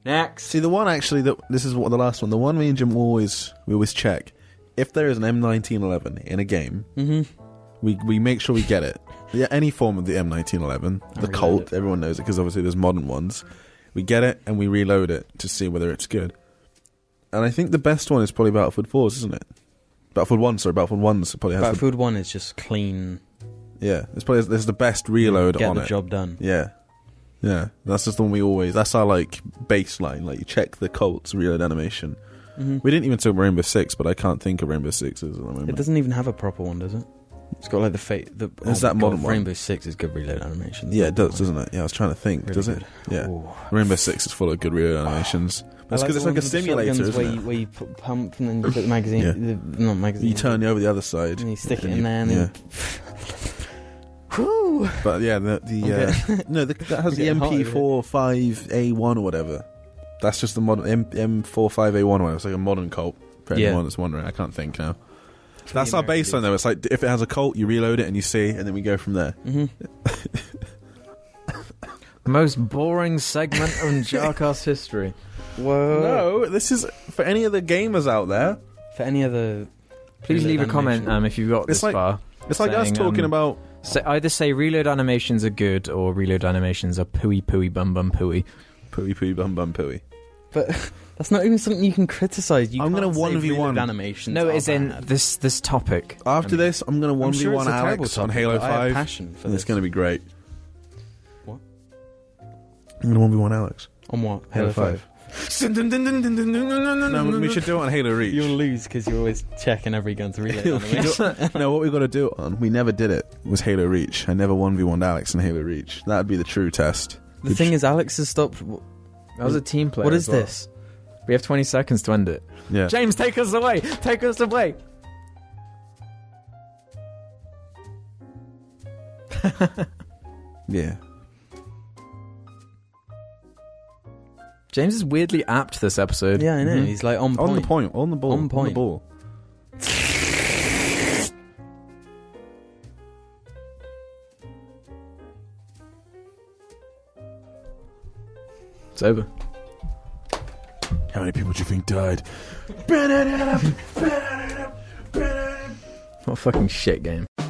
[SPEAKER 2] Next.
[SPEAKER 1] See, the one actually that this is what the last one. The one me and Jim always we always check if there is an M1911 in a game,
[SPEAKER 3] Mm-hmm.
[SPEAKER 1] we we make sure we get it. Yeah, any form of the M1911, the
[SPEAKER 3] reload
[SPEAKER 1] Colt,
[SPEAKER 3] it.
[SPEAKER 1] everyone knows it because obviously there's modern ones. We get it and we reload it to see whether it's good. And I think the best one is probably Battlefield 4's, isn't it? Battlefield 1, sorry, Battlefield 1's probably has the
[SPEAKER 3] Battlefield One is just clean.
[SPEAKER 1] Yeah, it's probably there's the best reload
[SPEAKER 3] Get
[SPEAKER 1] on
[SPEAKER 3] the
[SPEAKER 1] it.
[SPEAKER 3] job done.
[SPEAKER 1] Yeah, yeah. That's just the one we always. That's our like baseline. Like you check the Colts reload animation.
[SPEAKER 3] Mhm.
[SPEAKER 1] We didn't even talk Rainbow Six, but I can't think of Rainbow Sixes at the moment.
[SPEAKER 3] It doesn't even have a proper one, does it? It's got like the fate. The, oh
[SPEAKER 1] Is
[SPEAKER 3] my
[SPEAKER 1] that modern one?
[SPEAKER 3] Rainbow Six is good reload animation.
[SPEAKER 1] yeah, it does, doesn't it? Yeah, I was trying to think.
[SPEAKER 3] Really
[SPEAKER 1] does it?
[SPEAKER 3] good.
[SPEAKER 1] Yeah,
[SPEAKER 3] Ooh.
[SPEAKER 1] Rainbow Six is full of good reload animations. That's
[SPEAKER 3] I
[SPEAKER 1] because
[SPEAKER 3] the
[SPEAKER 1] it's like a
[SPEAKER 3] ones with the shotguns
[SPEAKER 1] simulator, isn't
[SPEAKER 3] where
[SPEAKER 1] it?
[SPEAKER 3] You, where you put pump and then you put the magazine.
[SPEAKER 1] Yeah.
[SPEAKER 3] the, not magazine.
[SPEAKER 1] You turn over the other side,
[SPEAKER 3] And you stick it
[SPEAKER 1] and
[SPEAKER 3] in
[SPEAKER 1] you-
[SPEAKER 3] there and then. Whew.
[SPEAKER 1] but yeah, the, the uh, no, the, that has
[SPEAKER 3] I'm
[SPEAKER 1] the
[SPEAKER 3] getting hot over here.
[SPEAKER 1] MP4 five A one or whatever. That's just the modern M M4 five A one one. It's like a modern Colt. For
[SPEAKER 3] Yeah.
[SPEAKER 1] anyone that's wondering, I can't think now. That's our baseline, though. It's like if it has a Colt, you reload it and you see, and then we go from there.
[SPEAKER 3] hmm
[SPEAKER 2] Most boring segment in Jarkast history.
[SPEAKER 1] Uh,
[SPEAKER 3] Whoa.
[SPEAKER 1] No, this is for any of the gamers out there.
[SPEAKER 3] For any other.
[SPEAKER 2] Please
[SPEAKER 3] Reload
[SPEAKER 2] leave a comment
[SPEAKER 3] animation.
[SPEAKER 2] um, if you've got
[SPEAKER 1] It's
[SPEAKER 2] this
[SPEAKER 1] like-
[SPEAKER 2] far.
[SPEAKER 1] It's like us
[SPEAKER 2] Saying,
[SPEAKER 1] talking
[SPEAKER 2] um,
[SPEAKER 1] about.
[SPEAKER 2] Say, either say reload animations are good or reload animations are pooey pooey bum bum pooey.
[SPEAKER 1] Pooey pooey bum bum pooey.
[SPEAKER 3] But that's not even something you can criticize. You
[SPEAKER 1] I'm
[SPEAKER 3] can't
[SPEAKER 1] gonna
[SPEAKER 3] say
[SPEAKER 1] 1v1.
[SPEAKER 3] reload animations.
[SPEAKER 2] No,
[SPEAKER 3] are
[SPEAKER 2] as in
[SPEAKER 3] bad.
[SPEAKER 2] this this topic.
[SPEAKER 1] After
[SPEAKER 3] I mean,
[SPEAKER 1] this, I'm going to
[SPEAKER 3] I'm
[SPEAKER 1] one v
[SPEAKER 3] sure
[SPEAKER 1] one
[SPEAKER 3] it's a terrible
[SPEAKER 1] Alex on
[SPEAKER 3] topic,
[SPEAKER 1] Halo
[SPEAKER 3] but I have
[SPEAKER 1] Five,
[SPEAKER 3] passion for
[SPEAKER 1] and it's
[SPEAKER 3] this.
[SPEAKER 1] going to be great.
[SPEAKER 3] What?
[SPEAKER 1] I'm going to one v one Alex.
[SPEAKER 3] On what?
[SPEAKER 1] Halo 5. No, we-
[SPEAKER 2] No,
[SPEAKER 1] we should do it on Halo Reach.
[SPEAKER 3] You'll lose because you're always checking every gun to reload.
[SPEAKER 1] You'll
[SPEAKER 3] aren't you?
[SPEAKER 1] no, what we got to do it on, we never did it, was Halo Reach. I never 1v1'd Alex in Halo Reach. That'd be the true test.
[SPEAKER 3] the thing is, Alex has stopped. wh-
[SPEAKER 2] That was a team play.
[SPEAKER 3] What
[SPEAKER 2] as
[SPEAKER 3] is
[SPEAKER 2] well.
[SPEAKER 3] this?
[SPEAKER 2] We have 20 seconds to end it.
[SPEAKER 1] Yeah.
[SPEAKER 2] James, take us away. Take us away.
[SPEAKER 1] Yeah.
[SPEAKER 2] James is weirdly apt this episode. Mm-hmm.
[SPEAKER 3] Yeah, I know.
[SPEAKER 1] Mhm.
[SPEAKER 3] He's like on point.
[SPEAKER 1] On the point, on the ball.
[SPEAKER 3] On
[SPEAKER 1] the
[SPEAKER 3] point.
[SPEAKER 1] ball.
[SPEAKER 2] It's over.
[SPEAKER 1] How many people do you think died?
[SPEAKER 2] What a fucking shit game.